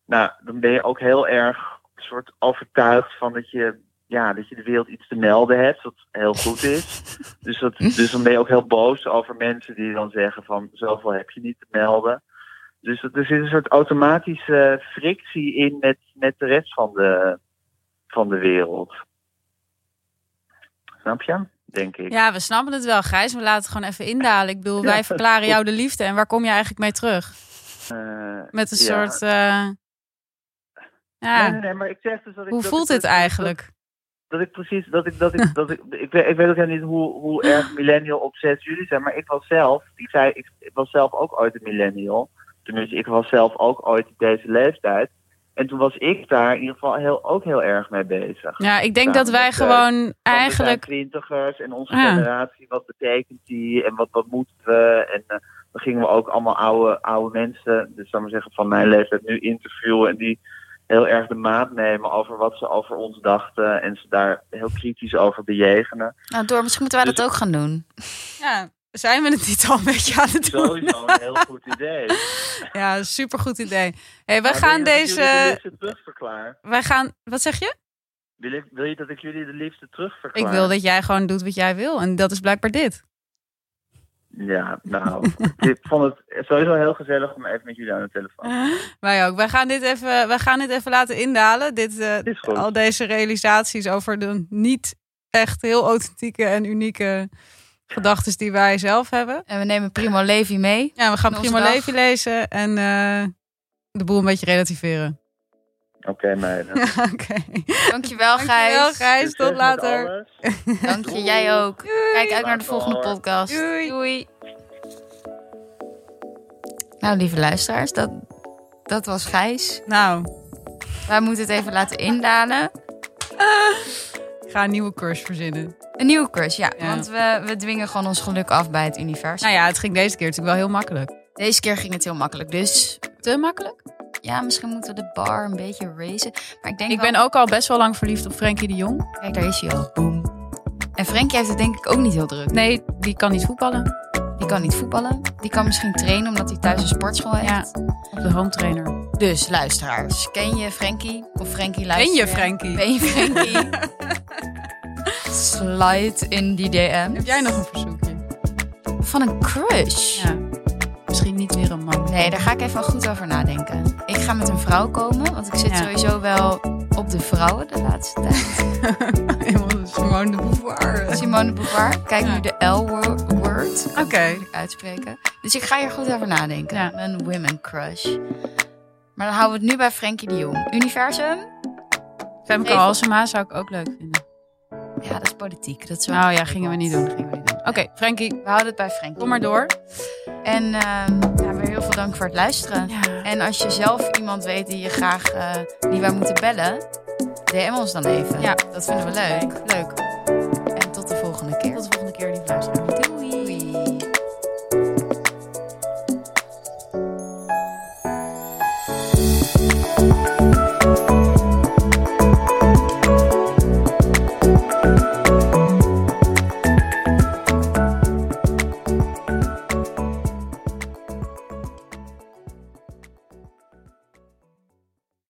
S4: nou, dan ben je ook heel erg soort overtuigd van dat je, ja, dat je de wereld iets te melden hebt, wat heel goed is. Dus, dat, dus dan ben je ook heel boos over mensen die dan zeggen van zoveel heb je niet te melden. Dus dat, er zit een soort automatische frictie in met, met de rest van de, van de wereld. Snap je? Denk ik.
S3: Ja, we snappen het wel, Gijs. We laten het gewoon even indalen. Ik bedoel,
S4: Ja,
S3: wij
S4: dat
S3: verklaren
S4: is
S3: jou de liefde. En waar kom je eigenlijk mee terug?
S4: Eh,
S3: Met een
S4: Ja.
S3: soort... eh, Ja,
S4: Nee, nee, nee, maar ik zeg dus dat ik,
S3: Ah. hoe
S4: dat
S3: voelt
S4: ik,
S3: dit
S4: dat- dat-
S3: eigenlijk?
S4: Dat, ik precies, dat ik, dat ik, dat ik, ik, weet, ik weet ook helemaal niet hoe, hoe erg millennial obsessed jullie zijn, maar ik was zelf, ik zei, ik, ik was zelf ook ooit een millennial. Tenminste, ik was zelf ook ooit deze leeftijd. En toen was ik daar in ieder geval heel, ook heel erg mee bezig.
S3: Ja, ik denk
S4: Ja,
S3: dat wij
S4: dat, eh,
S3: gewoon
S4: Want we
S3: eigenlijk...
S4: zijn twintigers en onze
S3: Ja.
S4: generatie, wat betekent die en wat, wat moeten we? En eh, dan gingen we ook allemaal oude, oude mensen, dus zou ik maar zeggen van mijn leeftijd, nu interviewen en die heel erg de maat nemen over wat ze over ons dachten en ze daar heel kritisch over bejegenen. Dus-
S2: Nou, door, misschien moeten wij dat ook gaan doen.
S3: Ja, Zijn we het niet al een beetje aan het doen?
S4: Sowieso een heel goed idee.
S3: Ja, supergoed idee. Hey, wij
S4: Maar
S3: gaan
S4: wil je dat ik jullie de
S3: deze...
S4: liefste terugverklaar?
S3: Wij gaan... Wat zeg je?
S4: Wil, ik- wil je dat ik jullie de liefste terugverklaar?
S3: Ik wil dat jij gewoon doet wat jij wil. En dat is blijkbaar dit.
S4: Ja, nou, ik vond het sowieso heel gezellig om even met jullie aan de telefoon.
S3: Wij ook. Wij gaan dit even, wij gaan dit even laten indalen. Dit, eh,
S4: Het is goed.
S3: al deze realisaties over de niet echt heel authentieke en unieke gedachten die wij zelf hebben.
S2: En we nemen Primo Levi mee.
S3: Ja, we gaan
S2: In onze
S3: Primo
S2: dag.
S3: Levi lezen en eh, de boel een beetje relativeren.
S4: Oké, meiden.
S3: Oké.
S2: Dankjewel,
S3: Dankjewel,
S2: Gijs.
S3: Gijs.
S4: Succes
S3: Tot
S4: met
S3: later.
S4: alles.
S2: Dank je, jij ook. Kijk uit naar de
S4: Later.
S2: volgende podcast.
S3: Doei.
S2: Doei. Nou, lieve luisteraars, dat, dat was Gijs.
S3: Nou,
S2: Wij moeten het even laten indalen.
S3: ik ga een nieuwe cursus verzinnen.
S2: Een nieuwe crush, ja.
S3: Ja.
S2: Want we, we dwingen gewoon ons geluk af bij het universum.
S3: Nou ja, het ging deze keer natuurlijk wel heel makkelijk.
S2: Deze keer ging het heel makkelijk. Dus
S3: Te makkelijk?
S2: ja, misschien moeten we de bar een beetje raisen. Maar ik denk
S3: Ik
S2: wel-
S3: ben ook al best wel lang verliefd op Frenkie de Jong.
S2: Kijk, daar is hij al. Boom. En Frenkie heeft het denk ik ook niet heel druk.
S3: Nee, die kan niet voetballen.
S2: Die kan niet voetballen. Die kan misschien trainen omdat hij thuis een sportschool heeft.
S3: Ja, op de home trainer.
S2: Dus luisteraars, ken je Frankie? Of Frankie
S3: Ben
S2: luister
S3: je Frenkie?
S2: Ben je Frankie? Slide in die DM.
S3: Heb jij nog een verzoekje?
S2: Van een crush?
S3: Ja. Misschien niet weer een man.
S2: Nee, daar ga ik even goed over nadenken. Ik ga met een vrouw komen, want ik zit
S3: Ja.
S2: sowieso wel op de vrouwen de laatste tijd.
S3: Helemaal Simone dus de Beauvoir. Oké.
S2: Simone Beauvoir, kijk
S3: Ja.
S2: nu de L-word. Oké. uitspreken. Dus ik ga hier goed over nadenken.
S3: Ja.
S2: Een women crush. Maar dan houden we het nu bij Frenkie de Jong. Universum?
S3: Femke
S2: Even-
S3: Halsema zou ik ook leuk vinden.
S2: Ja, dat is politiek. Dat is wel-
S3: Nou ja, gingen we niet doen. Gingen we niet doen. Oké, Frankie,
S2: We houden het bij Frenkie.
S3: kom maar door.
S2: En ehm, ja, weer heel veel dank voor het luisteren.
S3: Ja.
S2: En als je zelf iemand weet die je graag eh, die wij moeten bellen, DM ons dan even.
S3: Ja.
S2: dat vinden we leuk. Leuk. En tot de volgende keer.
S3: Tot de volgende keer, lieve luisteraar.
S2: Doei.